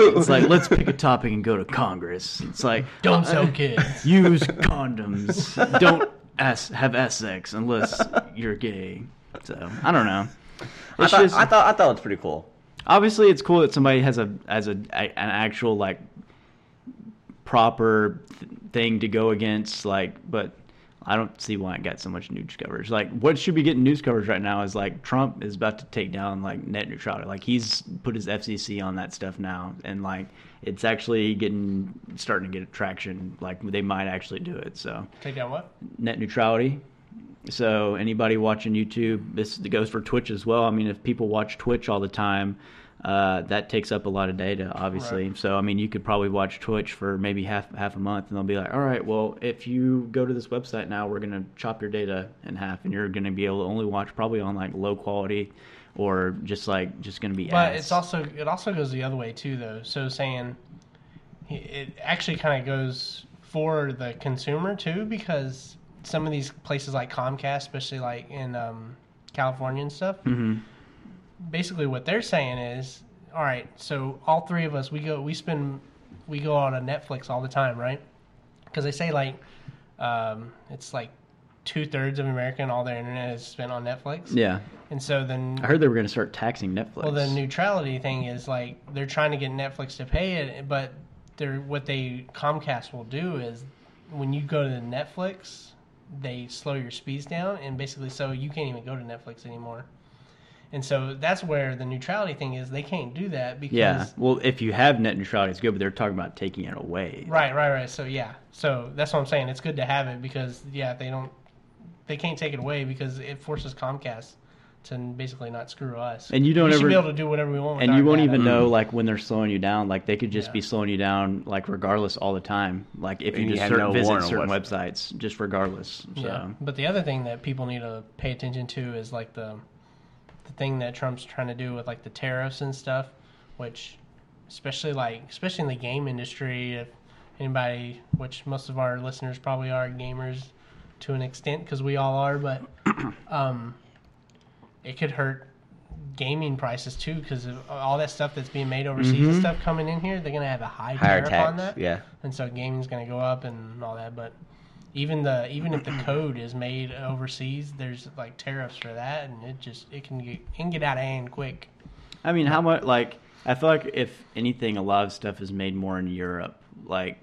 C: It's like let's pick a topic and go to Congress. It's like
A: don't
C: (laughs)
A: sell kids.
C: use condoms. don't ass, have ass sex unless you're gay. So I don't know.
B: I
C: It's
B: thought,
C: just
B: I thought I thought it was pretty cool.
C: obviously it's cool that somebody has a as a, a- an actual like proper th- thing to go against. Like, but I don't see why it got so much news coverage. Like, what should be getting news coverage right now is like Trump is about to take down like net neutrality. Like he's put his FCC on that stuff now, and like it's actually getting starting to get traction. Like they might actually do it. So
A: Take down what?
C: net neutrality. So anybody watching YouTube, this goes for Twitch as well. I mean, if people watch Twitch all the time, uh, that takes up a lot of data, obviously. So I mean, you could probably watch Twitch for maybe half half a month, and they'll be like, "All right, well, if you go to this website now, we're gonna chop your data in half, and you're gonna be able to only watch probably on like low quality, or just like just gonna be."
A: But
C: ads."
A: it's also it also goes the other way too, though. So saying it actually kind of goes for the consumer too, because some of these places like Comcast, especially like in um, California and stuff, basically what they're saying is, all right, so all three of us we go we spend we go out on Netflix all the time, right? Because they say like um, it's like two thirds of America and all their internet is spent on Netflix,
C: yeah.
A: and so then
C: I heard they were gonna start taxing Netflix.
A: well, the neutrality thing is like they're trying to get Netflix to pay it, but they're what they Comcast will do is when you go to Netflix, they slow your speeds down, and basically so you can't even go to Netflix anymore. And so that's where the neutrality thing is. They can't do that because
C: yeah. Well, if you have net neutrality, it's good, but they're talking about taking it away.
A: right, right, right. So yeah, so that's what I'm saying. It's good to have it because yeah, they don't, they can't take it away because it forces Comcast to basically not screw us.
C: And you don't
A: we
C: ever-
A: should be able to do whatever we want. with
C: and
A: our
C: you won't
A: data.
C: even know like when they're slowing you down. Like they could just
A: Yeah.
C: be slowing you down like regardless all the time. Like if
B: And
C: you
B: you
C: just
B: have
C: cer-
B: no
C: visit
B: warrant on
C: certain
B: what's-
C: websites, just regardless. So
A: Yeah. But the other thing that people need to pay attention to is like the the thing that Trump's trying to do with like the tariffs and stuff, which especially like especially in the game industry, if anybody, which most of our listeners probably are gamers to an extent because we all are,
B: (coughs)
A: but um, it could hurt gaming prices too because all that stuff that's being made overseas and
C: Mhm.
A: stuff coming in here, they're gonna have a high
B: Mm-hmm. Higher
A: tariff on that
B: tax. Yeah.
A: and so gaming's going to go up and all that but even the even if the code is made overseas there's like tariffs for that and it just it can get it can get out of hand quick
C: I mean, how much? Like, I feel like if anything, a lot of stuff is made more in Europe. Like,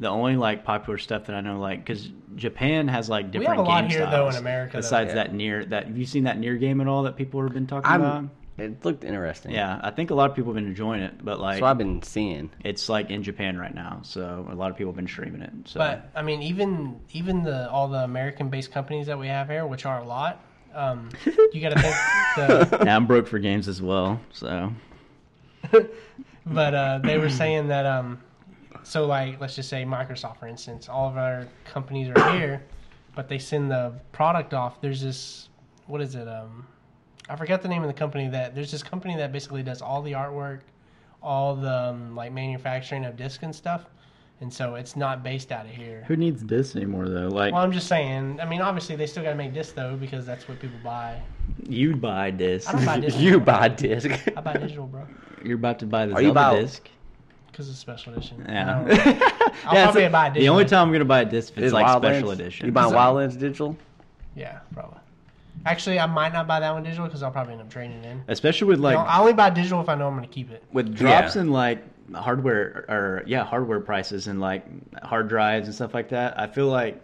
C: the only like popular stuff that I know, like, because Japan has
A: We
C: like
A: have
C: different
A: a lot
C: game
A: here,
C: styles.
A: though, in America, though.
C: Besides
B: Yeah.
C: that near that, have you seen that near game at all that people have been talking about?
A: Uh,
B: I'm. It looked interesting.
C: Yeah, I think a lot of people have been enjoying it, but like,
B: So I've been seeing.
C: it's like in Japan right now, so a lot of people have been streaming it. So.
A: but i mean even even the all the american based companies that we have here which are a lot um, you got to think the,
C: now I'm broke for games as well, so
A: but uh, they were saying that um, so like let's just say microsoft for instance all of our companies are here but they send the product off there's this what is it um i forgot the name of the company that there's this company that basically does all the artwork all the um, like manufacturing of disc and stuff and so it's not based out of here
C: who needs this anymore though? Like
A: well i'm just saying i mean obviously they still got to make disc though because that's what people buy
C: you buy this,
A: I don't
B: (laughs)
A: buy disc.
B: you buy disc.
A: i buy digital bro
C: you're about to buy the
B: Are you
C: Zelda
B: about-
C: disc.
A: because it's special edition
C: (laughs)
A: I
C: Yeah.
A: don't know. I'll
C: Yeah,
A: probably
C: so
A: buy a
C: The
A: digital.
C: only time I'm gonna buy a disc if it's,
B: Is
C: like
B: Wildlands-
C: special edition.
B: You buy
C: So-
B: Wildlands digital?
A: yeah probably actually i might not buy that one digital because i'll probably end up trading it in
C: especially with like
A: No, I only buy digital if I know I'm going to keep it.
C: with drops
B: Yeah.
C: in like hardware or yeah hardware prices and like hard drives and stuff like that. I feel like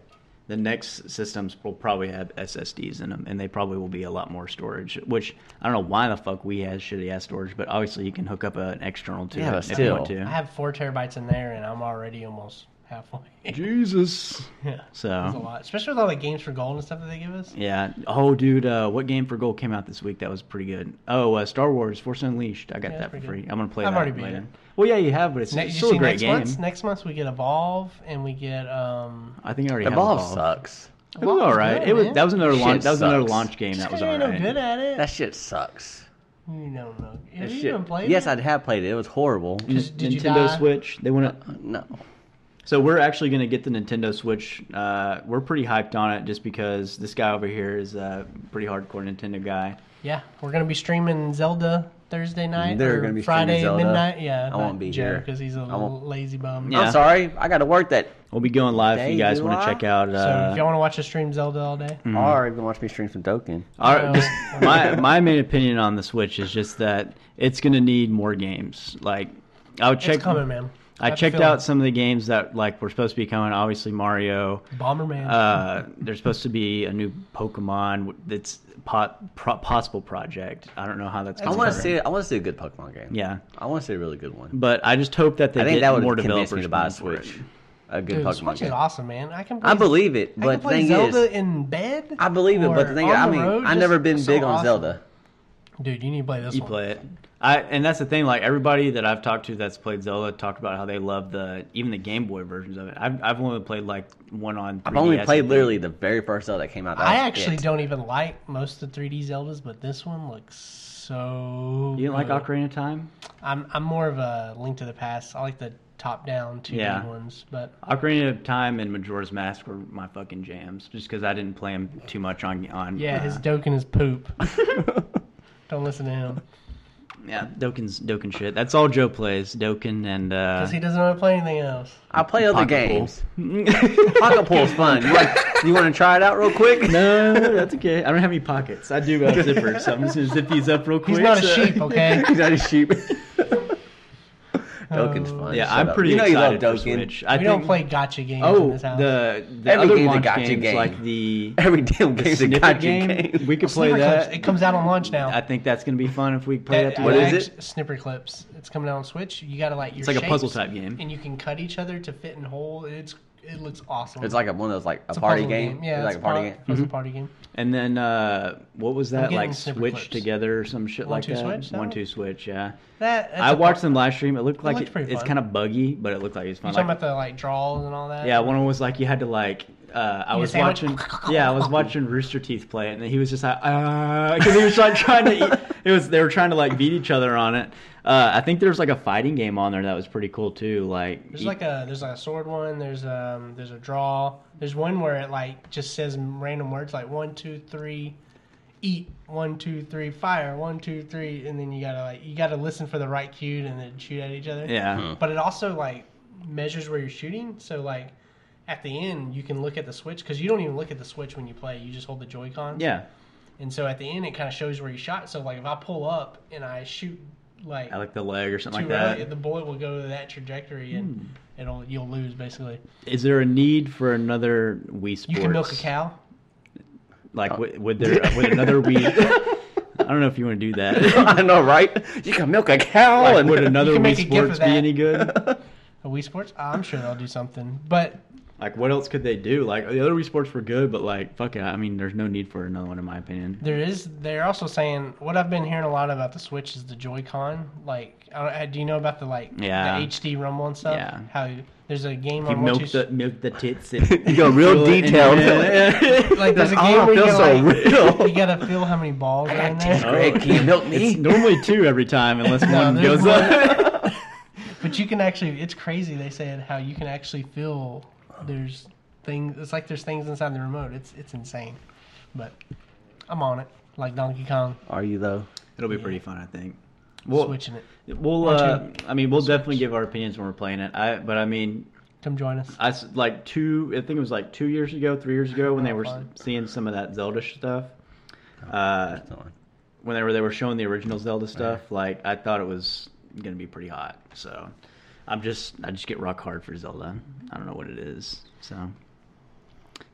C: the next systems will probably have SSDs in them, and they probably will be a lot more storage. Which I don't know why the fuck we have shitty ass storage, but obviously you can hook up an external to
B: Yeah,
C: it
B: but
C: if you
B: still.
C: want
A: I
C: to.
A: have four terabytes in there, and I'm already almost halfway. (laughs)
C: Jesus.
A: yeah, that's a
C: So
A: lot, especially with all the games for gold and stuff that they give us.
C: yeah. Oh, dude, uh, what game for gold came out this week that was pretty good? Oh, uh, Star Wars: Force Unleashed. I got
A: Yeah, it's
C: that for
A: pretty
C: free.
A: good.
C: I'm gonna play
A: I've
C: that
A: already beat
C: later.
A: it.
C: Well, yeah, you have, but it's,
A: Ne-
C: it's
A: you
C: still
A: see
C: a great
A: next
C: game.
A: month, next month we get evolve, and we get um.
C: I think I already
B: Evolve
C: have Evolve.
B: sucks.
C: It was all
A: Evolve's
C: right.
A: good,
C: it was
A: man.
C: that was another
B: Shit
C: launch. That was another
B: sucks.
C: launch game. That
A: Just 'cause
C: was
A: you
C: all
A: ain't no good
C: right.
A: at it.
B: That shit sucks.
A: you don't know. Have
B: That
A: you
B: shit-
A: even played?
B: yes,
A: it?
B: I have played it. It was horrible.
A: Just- did you
C: Nintendo
A: die?
C: Switch. They want to.
B: No.
C: So we're actually going to get the Nintendo Switch. Uh, we're pretty hyped on it just because this guy over here is a pretty hardcore Nintendo guy.
A: Yeah, we're gonna be streaming Zelda Thursday night.
B: They're
A: or
B: gonna be streaming
A: Friday
B: Zelda.
A: midnight. Yeah,
B: I won't be here.
A: because he's a
B: I won't-
A: little lazy bum.
C: Yeah.
B: I'm sorry. I got to work that.
C: We'll be going live if
B: Day
C: you guys want to
B: July?
C: check out.
A: So
C: Uh,
A: if y'all want to watch us stream Zelda all day,
B: Or even watch me stream some Dokken.
C: all right,
A: No.
C: just my my main opinion on the Switch is just that it's going to need more games. Like I would check.
A: it's coming, man.
C: I
A: have a
C: checked
A: feeling.
C: out some of the games that like were supposed to be coming. Obviously Mario.
A: Bomberman.
C: Uh, there's supposed to be a new Pokemon w- that's po- pro- possible project. I don't know how that's.
B: I
C: Gonna
B: want to
C: work.
B: see. I want to see a good Pokemon game.
C: Yeah,
B: I want to see a really good one.
C: but I just hope that they
B: I think
C: get
B: that would
C: more
B: convince
C: developers
B: me to buy a
C: going for it.
B: Switch. A good
A: Dude,
B: Pokemon
A: Switch
B: game.
A: is awesome, man. I can. Play
B: I believe it,
A: I
B: but
A: can
B: the
A: play
B: thing
A: Zelda
B: is,
A: in bed.
B: I believe it,
A: or
B: but the thing,
A: on
B: is, I
A: the
B: mean,
A: road,
B: I've
A: just
B: never been
A: so
B: big on
A: awesome.
B: Zelda.
A: Dude, you need to play this
C: You
A: one.
C: play it. I, and that's the thing. Like everybody that I've talked to that's played Zelda talked about how they love the even the Game Boy versions of it. I've, I've only played like one on.
B: I've only
C: 3DS, I
B: played
C: think.
B: literally the very first Zelda that came out. That
A: I
B: was
A: actually
B: it.
A: don't even like most of the 3D Zeldas, but this one looks so.
C: You didn't like
A: good.
C: Ocarina of Time?
A: I'm I'm more of a Link to the Past. I like the top-down 2D
C: Yeah.
A: ones,
B: (laughs)
A: but
C: Ocarina of Time and Majora's Mask were my fucking jams, just because I didn't play them too much on on.
A: yeah,
C: uh,
A: his Doken is
B: (laughs)
A: poop. don't listen to him
C: Yeah, Doken's Doken shit. That's all Joe plays. Doken and uh
A: because he doesn't want to play anything else.
B: I play other
C: Pocket Pool.
B: games.
C: (laughs)
B: Pocket Pool's fun. You like? You want to try it out real quick? (laughs)
C: No, that's okay. I don't have any pockets. I do have zippers, so I'm just gonna zip these up real
A: He's
C: quick.
A: not a
C: so- (laughs)
A: sheep, okay?
B: He's not a sheep. Doken's
A: Oh.
B: fun.
C: Yeah,
B: Shut
C: I'm
B: up.
C: pretty
B: You know you love
C: excited
B: Dokken.
C: for Switch. I
A: we
C: think,
A: don't play gotcha games in
C: Oh,
A: this house.
C: the the
B: Every
C: other
B: game's a
C: launch
B: gotcha
C: games
B: game.
A: (laughs)
C: like the
B: Every damn game's a
C: Snippet
B: gotcha
C: game,
B: game.
C: We could play
A: Snipper Clips,
C: that.
A: it comes out on launch now.
C: I think that's gonna be fun if we play that.
A: That-
B: Eh, What
A: I
B: is
C: together.
B: it?
A: actu- Snipper clips. It's coming out on Switch. You gotta like your
C: It's like a
A: shapes,
C: puzzle type game.
A: and you can cut each other to fit in whole. It's it looks awesome.
B: It's like a, one of those like a,
A: It's
B: party
A: puzzle
B: game.
A: Yeah,
B: it's like a
A: par-
B: party game. Mm-hmm.
A: It's a party game.
C: And then uh, what was that
A: getting
C: like?
A: snipper
C: Switch
A: clips.
C: together or some shit
A: One,
C: like
A: two,
C: that.
A: switch, that
C: One
A: one?
C: two switch. Yeah.
A: That that's
C: I
A: a
C: watched
A: par-
C: them last stream. It looked like
A: looked
C: it-
A: pretty
C: it's
A: fun.
C: kind of buggy, but it looked like it was
A: You
C: fun.
A: talking
C: Like-
A: about the like draws and all that?
C: yeah, one was like you had to like. Uh, I
A: You
C: was
A: just had (laughs)
C: watching.
A: like-
C: yeah, I was watching Rooster Teeth play it, and he was just like, "Uh," because he was like (laughs) trying to. Eat, it was they were trying to like beat each other on it. Uh, I think there was like a fighting game on there that was pretty cool too. Like,
A: There's
C: eat-
A: like a there's like a sword one. There's um there's a draw. There's one where it like just says random words like one two three, eat one two three fire one two three, and then you gotta like you gotta listen for the right cue and then shoot at each other.
C: yeah.
A: But it also like measures where you're shooting. So like at the end you can look at the switch because you don't even look at the switch when you play. You just hold the Joy-Con.
C: Yeah,
A: And so at the end it kind of shows where you shot. So like if I pull up and I shoot like
C: I like the leg or something
A: too
C: like that. Hmm.
A: early, the bullet will go to that trajectory and it'll you'll lose basically.
C: Is there a need for another Wii Sports?
A: You can milk a cow.
C: Like, would, would there would another
A: (laughs)
C: Wii? I don't know if you want to do that.
B: (laughs) I know, right? You can milk a cow
C: Like,
B: and (laughs)
C: would another
A: can
C: Wii
A: make a gif of
C: Sports be
A: that. (laughs)
C: any good?
A: A Wii Sports? I'm sure they'll do something. But
C: Like, what else could they do? Like, the other Wii Sports were good, but like, fuck it. I mean, there's no need for another one, in my opinion.
A: there is they're also saying what I've been hearing a lot about the Switch is the Joy-Con. Like, I don't, do you know about the like
C: Yeah.
A: the HD rumble and stuff?
C: Yeah.
A: How there's a game
C: You
A: on what you
C: milk
A: s-
C: the milk the tits.
B: (laughs) You go real detailed. (laughs)
A: like there's a
B: Oh,
A: game
B: it
A: where you
B: feels
A: gotta,
B: so
A: like,
B: real.
A: you gotta feel how many
B: (laughs)
A: balls are (laughs) in
B: That's
A: there.
B: great. Can you milk me?
C: It's normally two every time, unless
A: No,
C: one
A: there's (laughs)
C: goes up.
A: But you can actually it's crazy they said how you can actually feel there's things it's like there's things inside the remote. It's it's insane. But I'm on it. Like Donkey Kong
B: (laughs) Are you though?
C: It'll be pretty fun, I think. We'll,
A: switching it.
C: we'll
A: Why don't
C: uh, I mean, we'll definitely give our opinions when we're playing it. I, but I mean,
A: Come join us.
C: I s- like two. I think it was like two years ago, three years ago, when they
A: Oh,
C: were s-
A: fine.
C: seeing some of that Zelda stuff. Uh, when they were they were showing the original Zelda stuff, like I thought it was gonna be pretty hot. So I'm just I just get rock hard for Zelda. I don't know what it is. So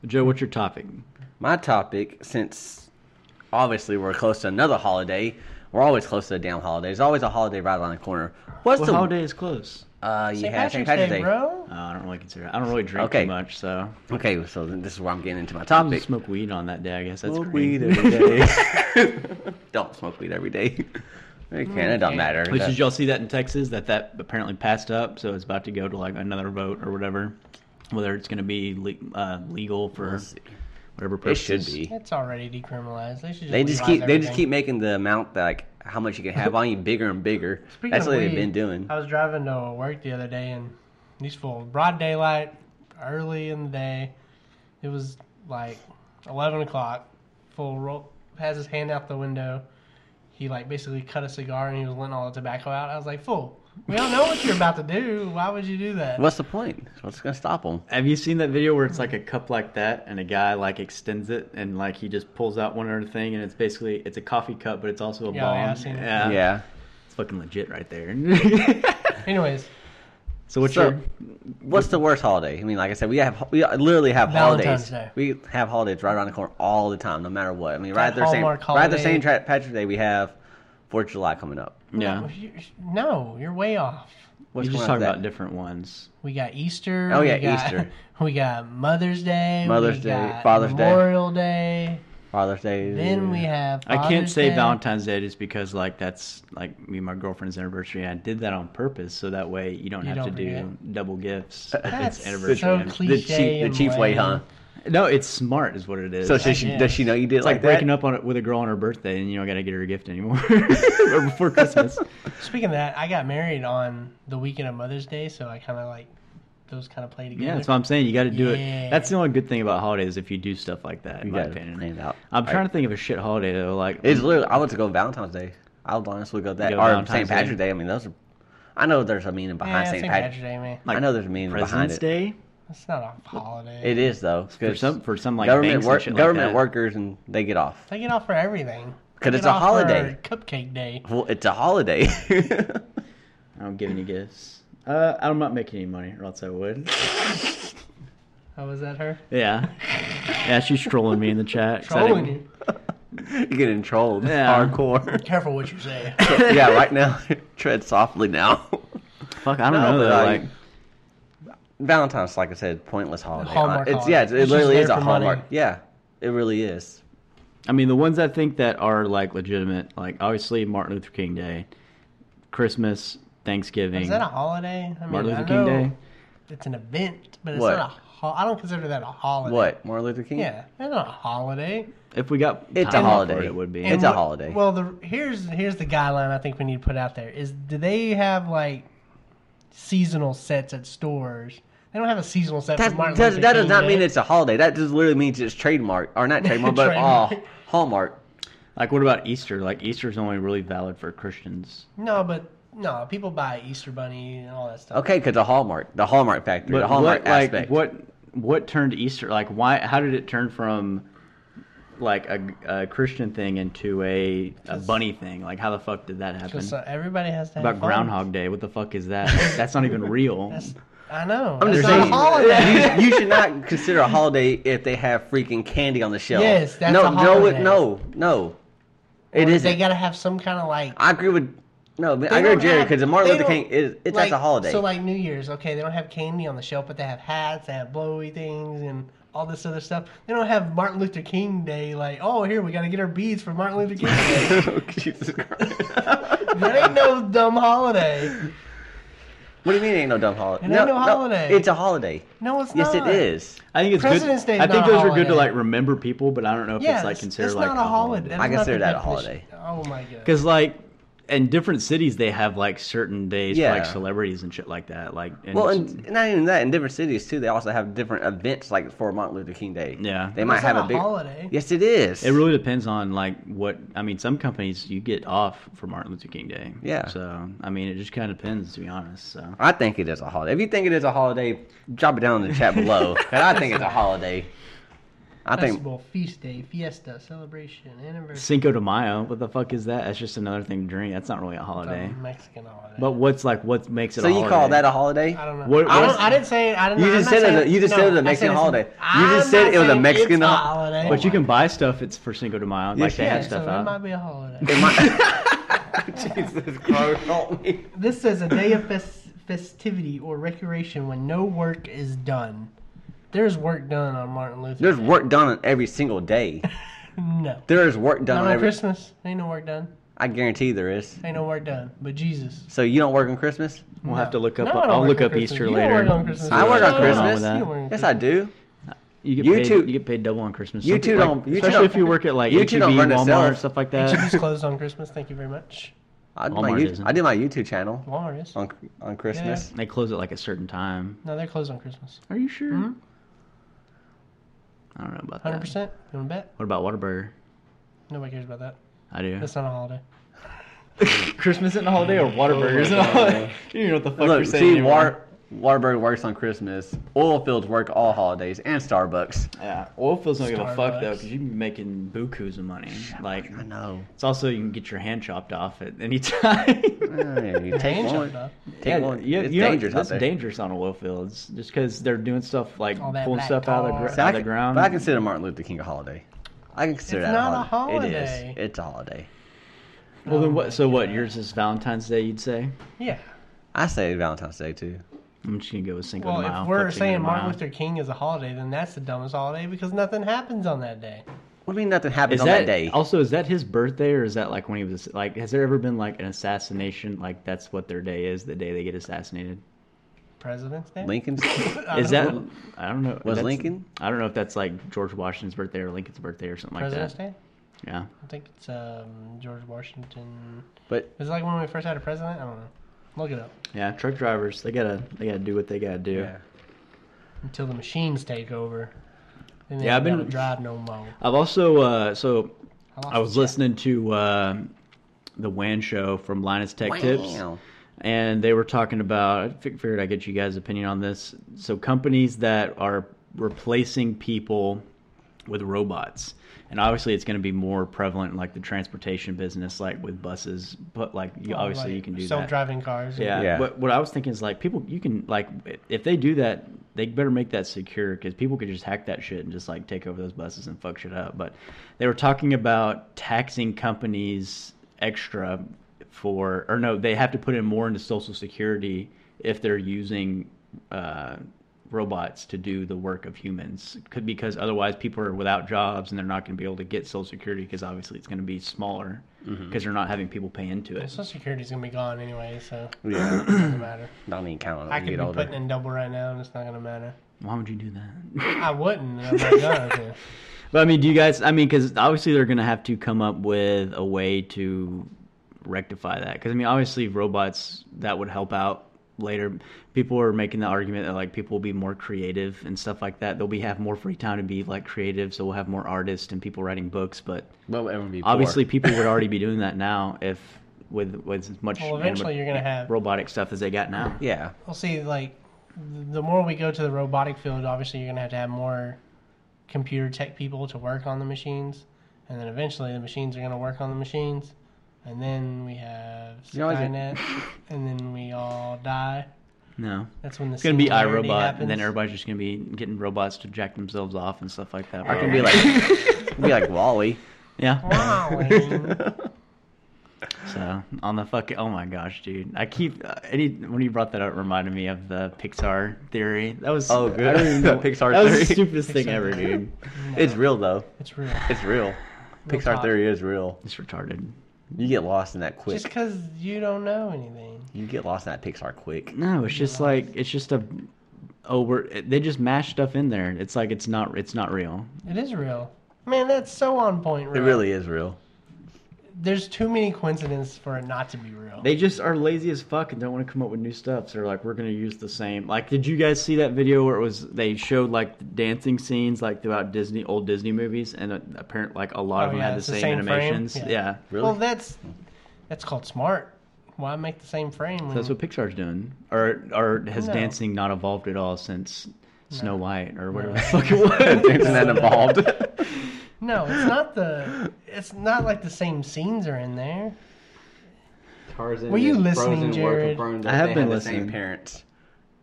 C: Joe, what's your topic?
B: My topic, since obviously we're close to another holiday, we're always close to a damn holiday. There's always a holiday right around the corner. What's
C: Well,
B: the
C: holiday is close.
B: Uh, you
A: St.
B: had
A: Patrick's Day, bro.
C: Uh, I don't really consider. I don't really drink
B: Okay.
C: too much, so
B: Okay, so then this is where I'm getting into my
C: I
B: topic.
C: smoke weed on that day. I guess that's
B: Smoke
C: green.
B: weed every day. (laughs) don't smoke weed every day. (laughs) You
A: Mm,
B: can. It don't matter.
C: Which (laughs) did y'all see that in Texas that that apparently passed up, so it's about to go to like another vote or whatever, whether it's going to be le- uh, legal for
B: We'll see.
C: whatever
B: It
C: purposes.
B: should be.
A: It's already decriminalized. They should just
B: They just
A: legalize
B: keep they just
A: everything.
B: keep making the amount that, like how much you can have on you bigger and bigger.
A: Speaking
B: That's
A: of
B: what they've
A: weed, uh,
B: been doing.
A: I was driving to work the other day, and these full broad daylight, early in the day. It was like eleven o'clock. Full roll has his hand out the window. He like basically cut a cigar and he was letting all the tobacco out. I was like, "Fool, we don't know what you're about to do. Why would you do that?"
B: What's the point? What's gonna stop them?
C: Have you seen that video where it's like a cup like that and a guy like extends it and like he just pulls out one other thing and it's basically it's a coffee cup but it's also a
A: Yeah,
C: bomb.
A: yeah, I've seen it.
C: yeah.
B: yeah.
C: It's fucking legit
B: (laughs)
C: right there.
A: Anyways,
C: so what's
B: So-
C: your
B: What's the worst holiday? I mean, like I said, we have we literally have
A: Valentine's
B: holidays.
A: Day.
B: We have holidays right around the corner all the time, no matter what. I mean, right
A: That
B: at the same
A: Hallmark
B: right at the
A: holiday.
B: same tra- Patrick's Day, we have Fourth of July coming up.
C: Yeah.
A: you- no, you're way off.
B: What's
C: you just
B: going on
C: talk
B: with
C: about
B: that?
C: different ones.
A: We got Easter.
B: Oh, yeah,
A: we got,
B: Easter.
A: (laughs) We got Mother's Day.
B: Mother's
A: we
B: Day,
A: got
B: Father's Day.
A: Memorial Day.
B: Father's Day.
A: Then we have.
C: I can't
A: Father's
C: say
A: Day.
C: Valentine's Day just because like that's like me and my girlfriend's anniversary. I did that on purpose so that way you don't
A: You
C: have
A: don't
C: to do
A: forget.
C: double
B: (laughs)
C: gifts. if
A: That's
C: it's anniversary.
A: so
C: and-
A: clean.
B: the
A: Cliche
B: cheap the
A: and
B: cheap way,
A: lame.
B: huh?
C: No, it's smart is what it is.
B: So
C: it's
B: she, she, does she know you did it
C: like
B: like,
C: breaking
B: that?
C: up on it with a girl on her birthday and you don't got to get her a gift anymore (laughs) or before Christmas.
A: Speaking of that, I got married on the weekend of Mother's Day, so I kind of like those kind of play together.
C: Yeah, that's what I'm saying. You got to do it.
A: Mm-hmm. Yeah.
C: That's the only good thing about holidays if you do stuff like that. In
B: You
C: my
B: gotta
C: opinion,
B: plan it out.
C: I'm
B: Right.
C: trying to think of a shit holiday though. Like
B: It's literally I want to go Valentine's Day. I would honestly go that
C: Go
B: or
C: Valentine's
B: St.
C: Day.
B: Patrick's Day. I mean, those are. I know there's a meaning
A: yeah,
B: behind
A: St.
B: St.
A: Patrick's
B: Patrick.
A: Day, man.
B: I know there's a meaning behind
C: President's
B: it.
C: Day
A: That's not a holiday.
B: It is though. 'cause
C: for some for some like
B: government
C: banks and
B: work,
C: shit like
B: government
C: that.
B: workers and they get off.
A: They get off for everything.
B: 'Cause
A: They
B: it's
A: get
B: a
A: off
B: holiday.
A: For cupcake Day.
B: Well, it's a holiday. (laughs)
C: I don't give any gifts. Uh, I'm not making any money, or else I would.
A: Oh, was that her?
C: (laughs) Yeah, yeah, she's trolling me in the chat. 'cause I
A: Trolling
C: didn't-
A: you.
B: You're getting trolled
C: Yeah.
B: hardcore. (laughs)
A: Careful what you say.
B: yeah, right now, (laughs) tread softly now.
C: Fuck, I don't
B: No,
C: know
B: but
C: though.
B: I-
C: Like,
B: Valentine's, like I said, pointless holiday.
A: Hallmark
B: it's
A: holiday.
B: yeah, it
A: It's just
B: literally
A: there
B: is a
A: for money.
B: hallmark. Yeah, it really is.
C: I mean, the ones I think that are like legitimate, like obviously Martin Luther King Day, Christmas, Thanksgiving,
A: Is that a holiday? I mean,
C: Martin Luther
A: I
C: King
A: know
C: Day.
A: It's an event, but it's
B: What?
A: not a. Ho- I don't consider that a holiday.
B: What Martin Luther King?
A: Yeah, that's not a holiday.
C: If we got
B: It's a
C: time for
B: holiday.
C: it, it would be.
B: It's
A: And
B: a
A: what-
B: holiday.
A: Well, the here's here's the guideline I think we need to put out there is do they have like seasonal sets at stores? They don't have a seasonal set for
B: That,
A: Martin
B: that,
A: Luther
B: that does
A: King
B: not
A: Day.
B: mean it's a holiday. That just literally means it's trademark or not
C: (laughs)
B: trademark, but uh,
A: Trademark.
B: hallmark.
C: like, what about Easter? Like, Easter's only really valid for Christians.
A: no, but no, people buy Easter bunny and all that stuff.
B: Okay, because the hallmark, the hallmark factor, the
C: But
B: hallmark
C: what, like,
B: aspect.
C: what what turned Easter? Like, why? How did it turn from like a, a Christian thing into a, a bunny thing? Like, how the fuck did that happen?
A: Because uh, everybody has to have
C: About
A: fun.
C: Groundhog Day, what the fuck
A: (laughs)
C: is that? That's not even real. (laughs)
A: That's, I know.
B: I'm
A: That's
B: just
A: not
B: saying,
A: a holiday.
B: you, you should not consider a holiday if they have freaking candy on the shelf.
A: Yes, that's
B: no,
A: a
B: No, it,
A: holiday.
B: no, no. It
A: Or (laughs)
B: isn't.
A: They gotta have some kind of like.
B: I agree with no, man,
A: They
B: I agree
A: don't
B: with Jerry
A: have-
B: because the Martin
A: they
B: Luther King
A: don't-
B: is it's
A: like,
B: that's a
A: (laughs)
B: holiday.
A: So like New Year's, okay, they don't have candy on the shelf, but they have hats, they have blowy things, and all this other stuff. They don't have Martin Luther King Day, like, oh, here we got to get our beads for Martin Luther King Day.
B: Jesus Christ!
A: there ain't no dumb holiday.
B: (laughs) what do you mean ain't no dumb holiday?
A: It ain't no holiday.
B: it's a holiday.
A: No, it's
B: Yes,
A: not.
B: it is.
C: I think it's
A: President's
C: good.
A: Day is
C: I think
A: not a
C: those are good to
A: holiday.
C: like remember people, but I don't know if
A: Yeah,
C: it's like
A: it's,
C: considered
A: it's
C: like
A: not a holiday.
B: I
A: That is not the
B: consider that a
A: definition. Oh my god.
C: Because like in different cities, they have like certain days for like
B: Yeah.
C: celebrities and shit like that. Like and
B: Well,
C: it's-
B: and not even that. In different cities too, they also have different events like for Martin Luther King Day.
C: Yeah.
B: they might
A: It's
B: have
A: not
B: a big
A: holiday.
B: Yes, it is.
C: it really depends on like what I mean. Some companies you get off for Martin Luther King Day.
B: Yeah.
C: So I mean, it just kind of depends, to be honest. So
B: I think it is a holiday. If you think it is a holiday, drop it down in the
A: (laughs)
B: chat below. 'cause I think it's a holiday. I think
A: Festival, feast day, fiesta, celebration, anniversary.
C: Cinco de Mayo, what the fuck is that? That's just another thing to drink. That's not really a holiday.
A: Some Mexican holiday.
C: But what's like what makes it?
B: so.
C: a
B: You call
C: holiday?
B: that a holiday?
A: I don't know.
C: What-
A: I,
C: what's-
A: don't, I didn't say. I didn't.
B: You
A: I'm
B: just
A: not
B: said it-
A: saying-
B: you just
A: no,
B: said it was a
A: I
B: Mexican
A: it's-
B: holiday. You
A: I'm
B: just said
A: not
B: it was a
A: saying it's
B: Mexican
A: a
B: hol-
A: holiday.
C: But you can buy stuff. It's for Cinco de Mayo. Like they
B: yeah,
C: have
A: yeah,
C: stuff
A: so it
C: out.
A: might be a holiday.
B: (laughs) It
A: (laughs)
B: might- Jesus Christ, help me.
A: This says a day of fes- festivity or recreation when no work is done. There's work done on Martin Luther.
B: There's
A: Day.
B: work done on every single day.
A: no.
B: There is work done
A: Not
B: on
A: on
B: every.
A: Christmas. Ain't no work done.
B: I guarantee there is.
A: Ain't no work done. But Jesus.
B: So you don't work on Christmas?
C: We'll
A: No.
C: have to look up.
A: No, I don't
C: I'll
A: work
C: look
A: on
C: up
A: Christmas.
C: Easter
A: You don't
C: later.
A: work on
C: and
A: Christmas.
C: see
B: I work
C: what's
B: on
C: going with
B: Christmas.
C: that.
A: You work on
B: Yes, I do.
C: You get
B: You
C: paid.
B: two-
C: you get paid double on Christmas.
B: You
C: Some
B: two
C: people-
B: don't- you two
C: especially
B: don't-
C: if you work at like
B: you two
C: HEB,
B: don't run
C: Walmart,
B: itself.
C: stuff like
A: HEB's
B: (laughs)
C: (laughs) that.
A: closed on Christmas. Thank you very much.
B: I do, my
C: Walmart
B: you-
C: isn't.
B: I do my YouTube channel
A: Walmart is.
B: on on Christmas.
C: they close at like a certain time.
A: No, they're closed on Christmas.
C: Are you sure?
A: Mhm.
C: I don't know about that.
A: 100%. You want to bet?
C: What about Whataburger?
A: Nobody cares about that.
C: I do.
A: That's not a
C: (laughs)
A: holiday.
C: Christmas isn't a holiday or Whataburger isn't a holiday. You know what the fuck
B: Look, see, War, Warburg works on Christmas. Oil fields work all holidays and Starbucks.
C: Yeah, Oilfield's not gonna fuck though
A: Starbucks.
C: because you can be making bukus of money. Like
B: I know.
C: it's also you can get your hand chopped off at any (laughs) time.
B: Yeah, you take
A: Hand
B: one.
A: shop, though.
B: Take
C: Yeah,
B: one.
C: yeah,
B: it's
C: you know,
B: dangerous out
C: That's
B: there.
C: dangerous on oil fields, just because they're doing stuff like
A: All that
C: pulling
A: black
C: stuff out of the,
A: tar.
C: gr-
B: See, I
C: out of the
B: can-
C: ground.
B: But I consider Martin Luther King a holiday. I consider
A: It's
B: that
A: not a
B: It is.
A: holiday.
B: It's a holiday.
C: well,
A: Oh
C: then
A: my
C: what? So what?
A: God.
C: Yours is Valentine's Day, you'd say?
A: Yeah.
B: I say Valentine's Day too.
C: I'm just gonna go with Cinco
A: Well,
C: de Mayo.
A: if
C: fuck
A: we're
C: Cinco de
A: saying
C: Mayo.
A: Martin Luther King is a holiday, then that's the dumbest holiday because nothing happens on that day.
B: What do you mean nothing happens
C: is
B: on
C: that,
B: that day?
C: also is that his birthday or is that like when he was like? Has there ever been like an assassination? Like that's what their day is, the day they get assassinated.
A: President's Day.
C: (laughs)
B: Lincoln's
A: I don't
C: Is that?
A: know.
C: I don't know.
B: Was
C: That's-
B: Lincoln?
C: I don't know if that's like George Washington's birthday or Lincoln's birthday or something
A: President's
C: like that.
A: Day?
C: Yeah.
A: I think it's um, George Washington.
B: But
A: Is it like when we first had a president? I don't know. Look it up.
C: Yeah, truck drivers, they gotta they gotta do what they gotta do.
B: yeah.
A: Until the machines take over. And
C: Yeah, I've been-
A: drive no more.
C: I've also uh, so
A: lost
C: I was
A: the chat.
C: listening to uh, the WAN show from Linus Tech Tips,
B: Wow.
C: and they were talking about. I fig- figured I'd get you guys' opinion on this. So companies that are replacing people with robots, and obviously it's going to be more prevalent in like the transportation business, like with buses. But like you, obviously
A: Like
C: you can do that.
A: self-driving cars.
C: Yeah.
B: Yeah.
C: But what I was thinking is like people, you can like if they do that, they better make that secure because people could just hack that shit and just like take over those buses and fuck shit up. But they were talking about taxing companies extra for, or no, they have to put in more into Social Security if they're using uh, robots to do the work of humans could because otherwise people are without jobs and they're not going to be able to get social security because obviously it's going to be smaller because you're not having people pay into
A: Well,
C: it
A: Social Security's gonna be gone anyway, so
B: Yeah,
A: it
C: (clears throat)
A: doesn't matter.
B: don't even count on it.
A: I
B: when
A: could
B: you
A: be
B: get older.
A: putting in double right now, and it's not gonna matter.
C: why would you do that
A: I wouldn't. and I'm not gonna. to.
C: but i mean do you guys i mean because obviously they're going to have to come up with a way to rectify that because i mean obviously robots that would help out later people are making the argument that like people will be more creative and stuff like that they'll be have more free time to be like creative so we'll have more artists and people writing books but
B: Well, everyone be poor.
C: obviously people would already be doing that now if with with as much
A: Well, eventually you're gonna have-
C: robotic stuff as they got now
B: yeah,
A: (laughs) Well, see, like th- the more we go to the robotic field, obviously you're gonna have to have more computer tech people to work on the machines, and then eventually the machines are gonna work on the machines, and then we have
B: You know, is it-
A: Skynet, and then we all die.
C: no
A: That's when the
C: it's gonna be
A: singularity
C: iRobot, and then
A: happens.
C: everybody's just gonna be getting robots to jack themselves off and stuff like that.
B: I can be like, be like Wally.
C: yeah.
A: Wow, Wayne.
C: So on the fucking, oh my gosh, dude, I keep uh, any when you brought that up, it reminded me of the Pixar theory. That
B: (laughs)
C: was
B: Oh,
C: I
B: good.
C: don't even (laughs) know-
B: Pixar
C: That was
B: theory.
C: the stupidest thing
A: Pixar
C: ever,
A: theory.
C: dude.
B: (laughs) It's real though.
A: (laughs) it's real.
B: It's real.
A: Real
B: Pixar
A: talk.
B: theory is real.
C: It's retarded.
B: You get lost in that quick.
A: Just because you don't know anything.
B: You get lost in that Pixar quick.
C: No, it's just like it's just a oh we're they just mash stuff in there. It's like it's not it's not real.
A: It is real. Man, that's so on point.
B: It
A: Real.
B: really is
A: (laughs)
B: real. (laughs)
A: There's too many coincidences for it not to be real.
C: They just are lazy as fuck and don't want to come up with new stuff. So they're like, we're gonna use the same. Like, did you guys see that video where it was they showed like the dancing scenes like throughout Disney old Disney movies and uh, apparent like a lot
A: Oh,
C: of them
A: yeah,
C: had the
A: it's the
C: same,
A: same frame?
C: animations.
A: Yeah.
C: Yeah.
B: Really?
A: Well, that's that's called smart. Why make the same frame? When,
C: that's what Pixar's doing. Or or has
A: No.
C: dancing not evolved at all since Snow White or whatever
A: No.
C: the fuck it was?
B: Dancing that involved.
A: no, it's not the. It's not like the same scenes are in there.
D: Tarzan
A: Were you
D: and
A: listening,
D: Frozen were
A: Jared?
D: confirmed
B: I
D: that
B: have
D: they
B: been
D: had the
B: listening.
D: same parent.
B: parents.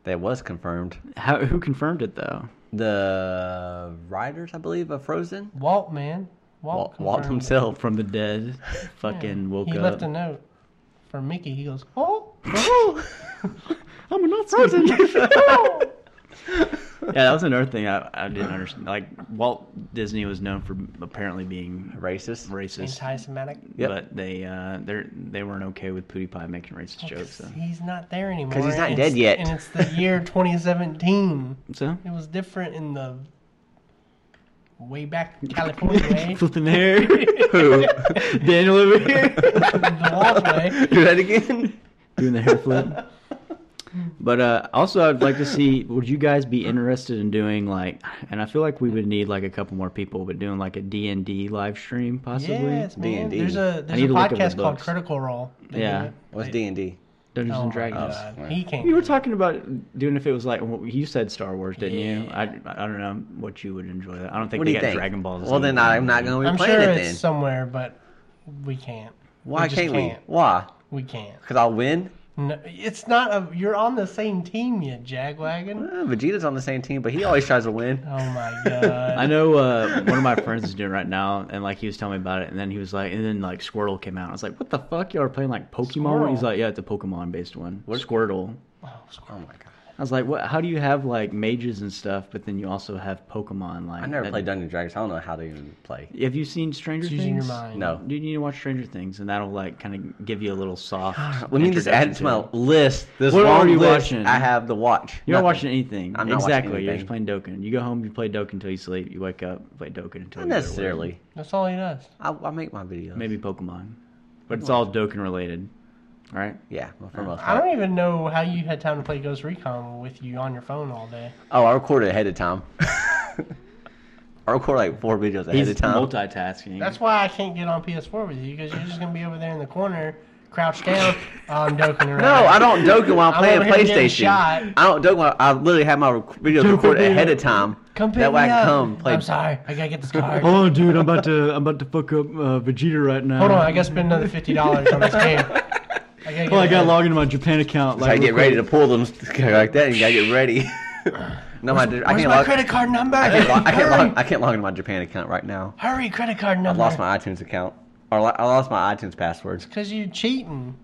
B: That was confirmed.
C: How, who confirmed it though?
B: The writers, I believe, of Frozen.
A: Walt, man, Walt,
B: Walt, Walt
A: confirmed it.
B: himself.
C: From
A: (laughs)
C: the dead, fucking woke
A: He
C: up.
A: left a
C: (laughs)
A: note for Mickey. He goes, "Oh,
C: I'm a
A: (laughs)
C: Nazi. Frozen. yeah, that was another thing I, I didn't understand. Like Walt Disney was known for apparently being
B: Racist.
C: racist,
A: anti-Semitic."
B: Yep.
C: but they uh, they they weren't okay with PewDiePie making racist jokes. So.
A: He's not there anymore.
B: 'Cause he's not
A: and it's-
B: dead yet.
A: And it's the year
B: (laughs)
A: 2017.
C: so?
A: It was different in the way back California
B: (laughs)
A: way,
C: (laughs) flipping hair.
A: (laughs)
C: Who? Daniel over here
A: the Walt way.
B: (laughs) Do that again.
C: doing the
B: (laughs)
C: hair flip. But uh, also, I'd like to see. Would you guys be interested in doing like? And I feel like we would need like a couple more people, but doing like a D and D live stream possibly.
A: Yes, man.
B: D&D.
A: There's a there's a
C: need to look up the
A: podcast called
C: books.
A: Critical Role. They do
C: Yeah.
A: it.
B: What's
A: They-
B: D and D?
C: Dungeons
A: Oh
C: and
A: my
C: Dragons.
A: God.
B: Yeah.
A: He can't.
C: You were talking about doing if it was like well, you said Star Wars, didn't you?
A: Yeah.
C: I, I don't know what you would enjoy. That I don't think
B: What do
C: they
B: you
C: got
B: think?
C: Dragon Balls.
B: Well, then I'm not going to
A: I'm
B: be
A: sure it's
B: playing it then.
A: somewhere, but we can't.
B: Why
A: just
B: can't,
A: can't.
B: we? Why?
A: We can't.
B: Because I'll win.
A: No, it's not a. You're on the same team, you
B: (laughs)
A: jagwagon.
B: Uh, Vegeta's on the same team, but he always tries to win.
A: (laughs) Oh my god.
C: I know uh, one of my friends is doing it right now, and like he was telling me about it, and then he was like, and then like Squirtle came out. I was like, what the fuck? Y'all are playing like Pokemon?
A: Squirtle.
C: He's like, yeah, it's a Pokemon based one. Squirtle.
A: Oh, squirrel.
B: Oh my god!
C: I was like, what? How do you have like mages and stuff, but then you also have Pokemon? Like
B: I never
C: that-
B: played Dungeons and Dragons. I don't know how to even play.
C: Have you seen Stranger
A: It's
C: Things? Oh.
A: using your mind.
B: No.
C: You need to watch Stranger Things, and that'll like kind of give you a little soft.
B: (sighs) Let me just add it to
C: introduction
B: my
C: it.
B: list. This
C: What are
B: long
C: you
B: list
C: watching?
B: I have to watch.
C: You're not
B: Nothing.
C: watching anything.
B: I'm not watching
C: exactly. You're
B: anything.
C: just playing Dokken. You go home, you play Dokken until you sleep. You wake up, play
B: Not
C: Dokken until you go to work.
B: necessarily.
A: That's all he does.
B: I, I make my videos.
C: Maybe Pokemon, but it's all Dokken related. All right.
B: Yeah, well, for most
A: Uh, I
B: part.
A: don't even know how you had time to play Ghost Recon with you on your phone all day.
B: Oh, I recorded ahead
A: (laughs)
B: of time. I record like four videos ahead
C: He's
B: of time.
C: multitasking.
A: That's why I can't get on PS4 with you because you're just gonna be over there in the corner, crouched down. oh, I'm (laughs) joking around.
B: no, I don't joke while
A: (laughs) I'm
B: I'm,
A: over
B: playing
A: here getting
B: PlayStation.
A: shot.
B: I don't joke while I literally have my rec- videos
C: Joke
B: recorded
C: video.
B: ahead of time.
A: Come pick
B: that way
A: me
B: I
A: up.
B: come play.
A: I'm sorry. I gotta get this
B: (laughs)
A: card.
C: Oh, dude, I'm about to I'm about to fuck up uh, Vegeta right now.
A: Hold on, I gotta spend another fifty dollars on this game. I gotta get
C: Well, I gotta
A: it.
C: log into my Japan account.
B: So I
C: real
B: get ready to
C: quick.
B: pull them (laughs) like that. You gotta get ready. (laughs) no, my, I can't
A: Where's my
B: log.
A: credit card number?
B: I can't, log, I, can't
A: (laughs) Hurry.
B: log, I can't log into my Japan account right now.
A: Hurry, credit card number.
B: I lost my iTunes account. Or lo- I lost my iTunes passwords.
A: Cause you cheating.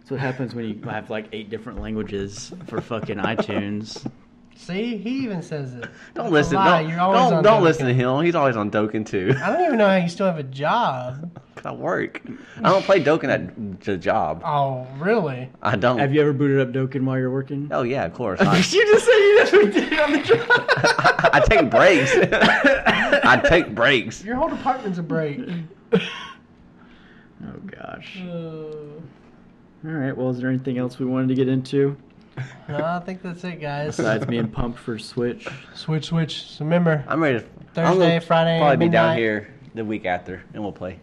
C: That's what happens when you have like eight different languages for fucking iTunes.
A: See, he even says it. That's
B: Don't
A: a
B: listen.
A: lie.
B: Don't,
A: You're always
B: don't,
A: on
B: don't
A: Dokken.
B: listen to him. He's always on Dokken too. (laughs)
A: I don't even know how you still have a job.
B: 'Cause I work. I don't play Dokken at the job.
A: Oh, really?
B: I don't.
C: (laughs) Have you ever booted up Dokken while you're working?
B: Oh yeah, of course. I,
C: just said (laughs) you never did on the
B: I, I take breaks. (laughs) I take breaks.
A: Your whole department's a break.
C: (laughs) Oh gosh.
A: Uh, no,
C: All right. Well, is there anything else we wanted to get into
A: I think that's it, guys.
C: besides being pumped for Switch?
A: Switch, switch. So
C: (laughs)
A: remember,
B: I'm ready. To, I'm
A: Thursday,
B: gonna
A: Friday,
B: Probably be down
A: midnight.
B: here the week after, and we'll play.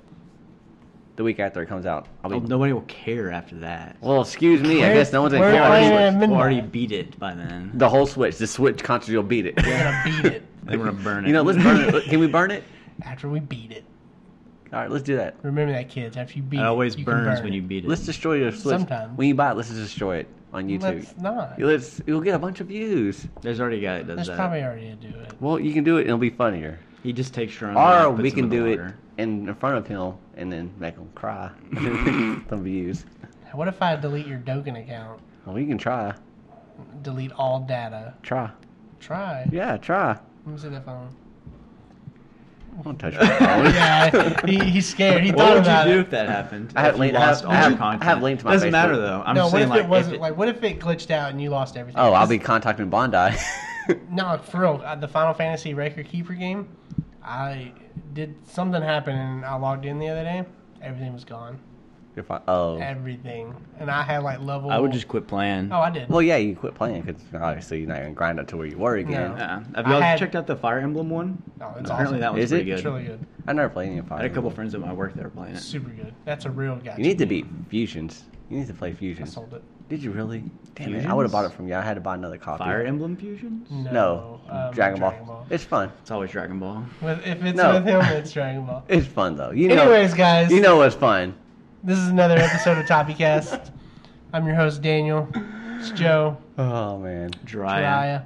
B: The week after it comes out, I'll be.
C: Well, Oh, nobody will care after that.
B: Well, excuse me.
A: Oh,
B: I
A: We're-
B: guess no one's in
A: we're
B: care. about
A: playing
B: Switch.
A: at midnight.
C: We'll already beat it by then.
B: The whole Switch, the Switch console, you'll beat it.
A: we're gonna beat it
C: They want to burn
B: (laughs)
C: it.
B: You know, let's burn it. Can we burn it?
A: after we beat it.
B: All right, let's do that.
A: Remember that, kids. After you beat
C: It
A: it,
C: always
A: you can
C: burns
A: burn
C: when
A: it.
C: you beat it.
B: Let's destroy your Switch.
A: Sometime.
B: When you buy it, let's just destroy it on YouTube.
A: Let's not.
B: Let's. You'll get a bunch of views.
C: There's already a guy that does
A: That's
C: that.
A: probably already a do it.
B: Well, you can do it. and It'll be funnier.
C: He just takes your own.
B: Or
C: and puts
B: we
C: them
B: can
C: in the
B: do it
C: water.
B: in, in front of him and then make him cry.
C: (laughs)
B: Some views.
A: What if I delete your Dogen account?
B: Well, you can try.
A: Delete all data.
B: Try.
A: Try.
B: Yeah, try.
A: Let me see that phone.
B: Don't
A: (laughs)
B: touch my phone.
C: (laughs)
A: yeah, he, he's scared. He
C: What
A: thought
C: would
A: about
C: you do
A: it.
C: if that happened?
B: I have
C: If you
B: linked- I
C: lost
B: have-
C: all
B: I
C: your
B: have- I
C: content?
B: have linked to my
C: Doesn't
B: Facebook.
C: matter though. I'm
A: no,
C: just
A: what
C: saying
A: if
C: like
A: it wasn't?
C: if it-
A: like, what if it glitched out and you lost everything?
B: Oh, I'll
A: This-
B: be contacting Bondi. (laughs)
A: No, for real. uh, The Final Fantasy Record Keeper game, I did something happen and I logged in the other day. Everything was gone.
B: You're fine. Oh.
A: Everything, and I had like level.
C: I would just quit playing.
A: Oh, I did.
B: Well, yeah, you quit playing because obviously you're not going to grind up to where you were again.
A: No.
C: Yeah. Have
A: I
C: y'all
A: had-
C: checked out the Fire Emblem one?
A: No, it's
C: Apparently
A: awesome.
C: that one's
B: Is
C: pretty
B: it?
A: It's
C: good.
A: really good.
B: I never played any of
C: I
B: Fire
C: had a couple
B: Emblem.
C: friends at my work that were playing it.
A: Super good. That's a real guy.
B: You need to beat Fusions. You need to play
A: I
B: Fusions.
A: sold it.
B: Did you really? Damn it. I would have bought it
C: Fusions?
B: from you. I had to buy another copy.
C: Fire Emblem Fusions?
A: No,
B: No.
A: um,
B: Dragon, Ball. It's fun.
C: It's always Dragon Ball.
A: With, if it's
B: No.
A: with him, it's Dragon Ball.
B: It's fun, though. (laughs) You know,
A: Anyways, guys,
B: you know it's fun.
A: this is another episode of Toppy Cast. I'm your host Daniel. It's Joe.
B: Oh, man.
C: Jiraiya.
A: Raya.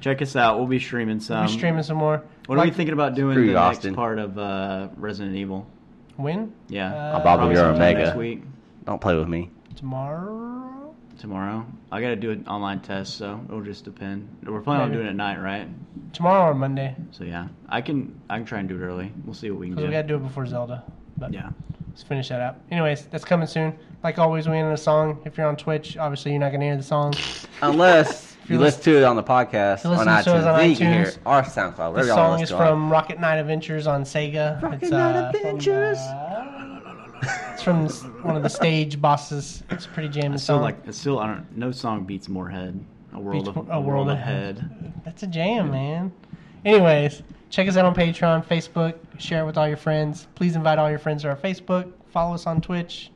C: Check us out. We'll be streaming some.
B: Um,
A: We're streaming some more.
C: What are we thinking about doing
B: Screw
C: the
B: you,
C: next
B: Austin.
C: part of uh, Resident Evil?
A: When?
C: Yeah.
A: Uh,
B: I'm Bobby,
C: Probably
B: you're
C: sometime
B: Omega.
C: Next week,
B: Don't play with me.
A: Tomorrow.
C: tomorrow. I gotta do an online test, so it'll just depend. We're planning on
A: Maybe.
C: doing it at night, right?
A: Tomorrow or Monday.
C: So yeah, I can I can try and do it early. We'll see what we can
A: 'Cause
C: do.
A: we gotta do it before Zelda. But
C: yeah.
A: let's finish that up. Anyways, that's coming soon. Like always, we end in a song. If you're on Twitch, obviously you're not gonna hear the song.
B: Unless you
A: you
B: listen to it on the podcast
A: you
B: on
A: listen to
B: iTunes,
A: us on
B: then you can hear
A: iTunes.
B: it. Or SoundCloud.
A: The
B: Whatever y'all
A: song
B: listen
A: is
B: to.
A: from Rocket Knight Adventures on Sega.
B: Rocket
A: it's,
B: Knight
A: uh, from,
B: Adventures.
A: uh, it's from s- one of the stage bosses. It's a pretty jamming
C: I still
A: song.
C: like I still I don't no song beats more head. A world
A: Beats
C: of
A: Mo- A World of Head.
C: head.
A: That's a jam, man. Anyways, check us out on Patreon, Facebook. Share it with all your friends. Please invite all your friends to our Facebook. Follow us on Twitch.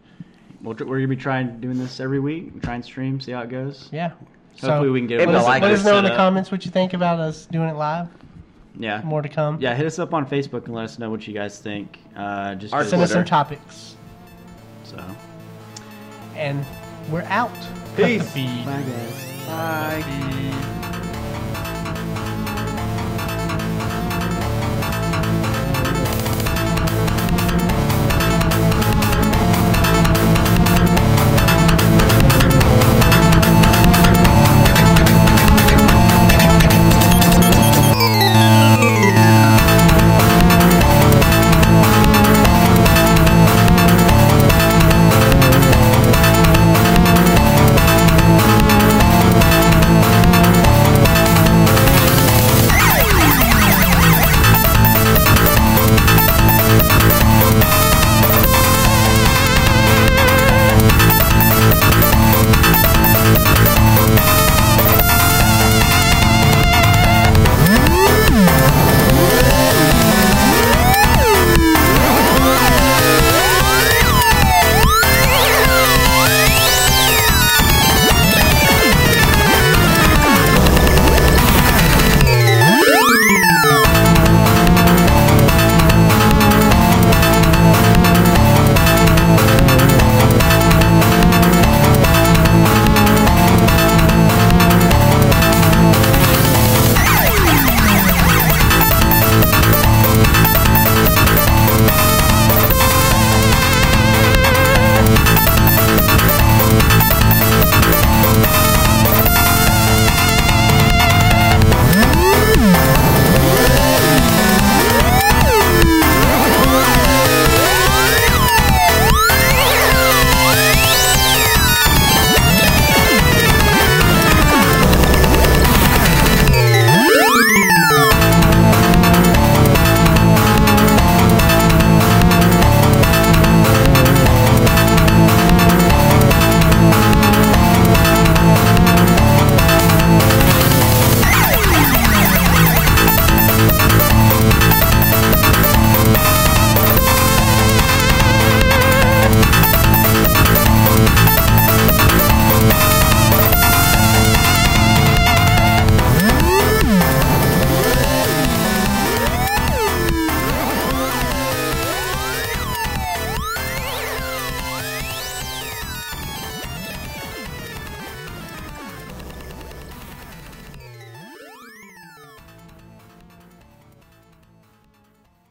C: We'll, tr- we're gonna be trying doing this every week. Try and stream, see how it goes.
A: Yeah.
C: Hopefully we can get
B: If
C: a
B: you
A: Let us,
C: little
B: like
A: let us
B: this
A: know in the
C: setup.
A: comments what you think about us doing it live.
C: Yeah,
A: More to come.
C: yeah. Hit us up on Facebook and let us know what you guys think. Uh, just
B: Or
C: 'cause-
A: Send us some
B: Twitter.
A: topics.
C: So
A: And we're out. Cut the (laughs)
B: (laughs)
C: peace.
A: feed.
C: Bye guys.
B: Bye.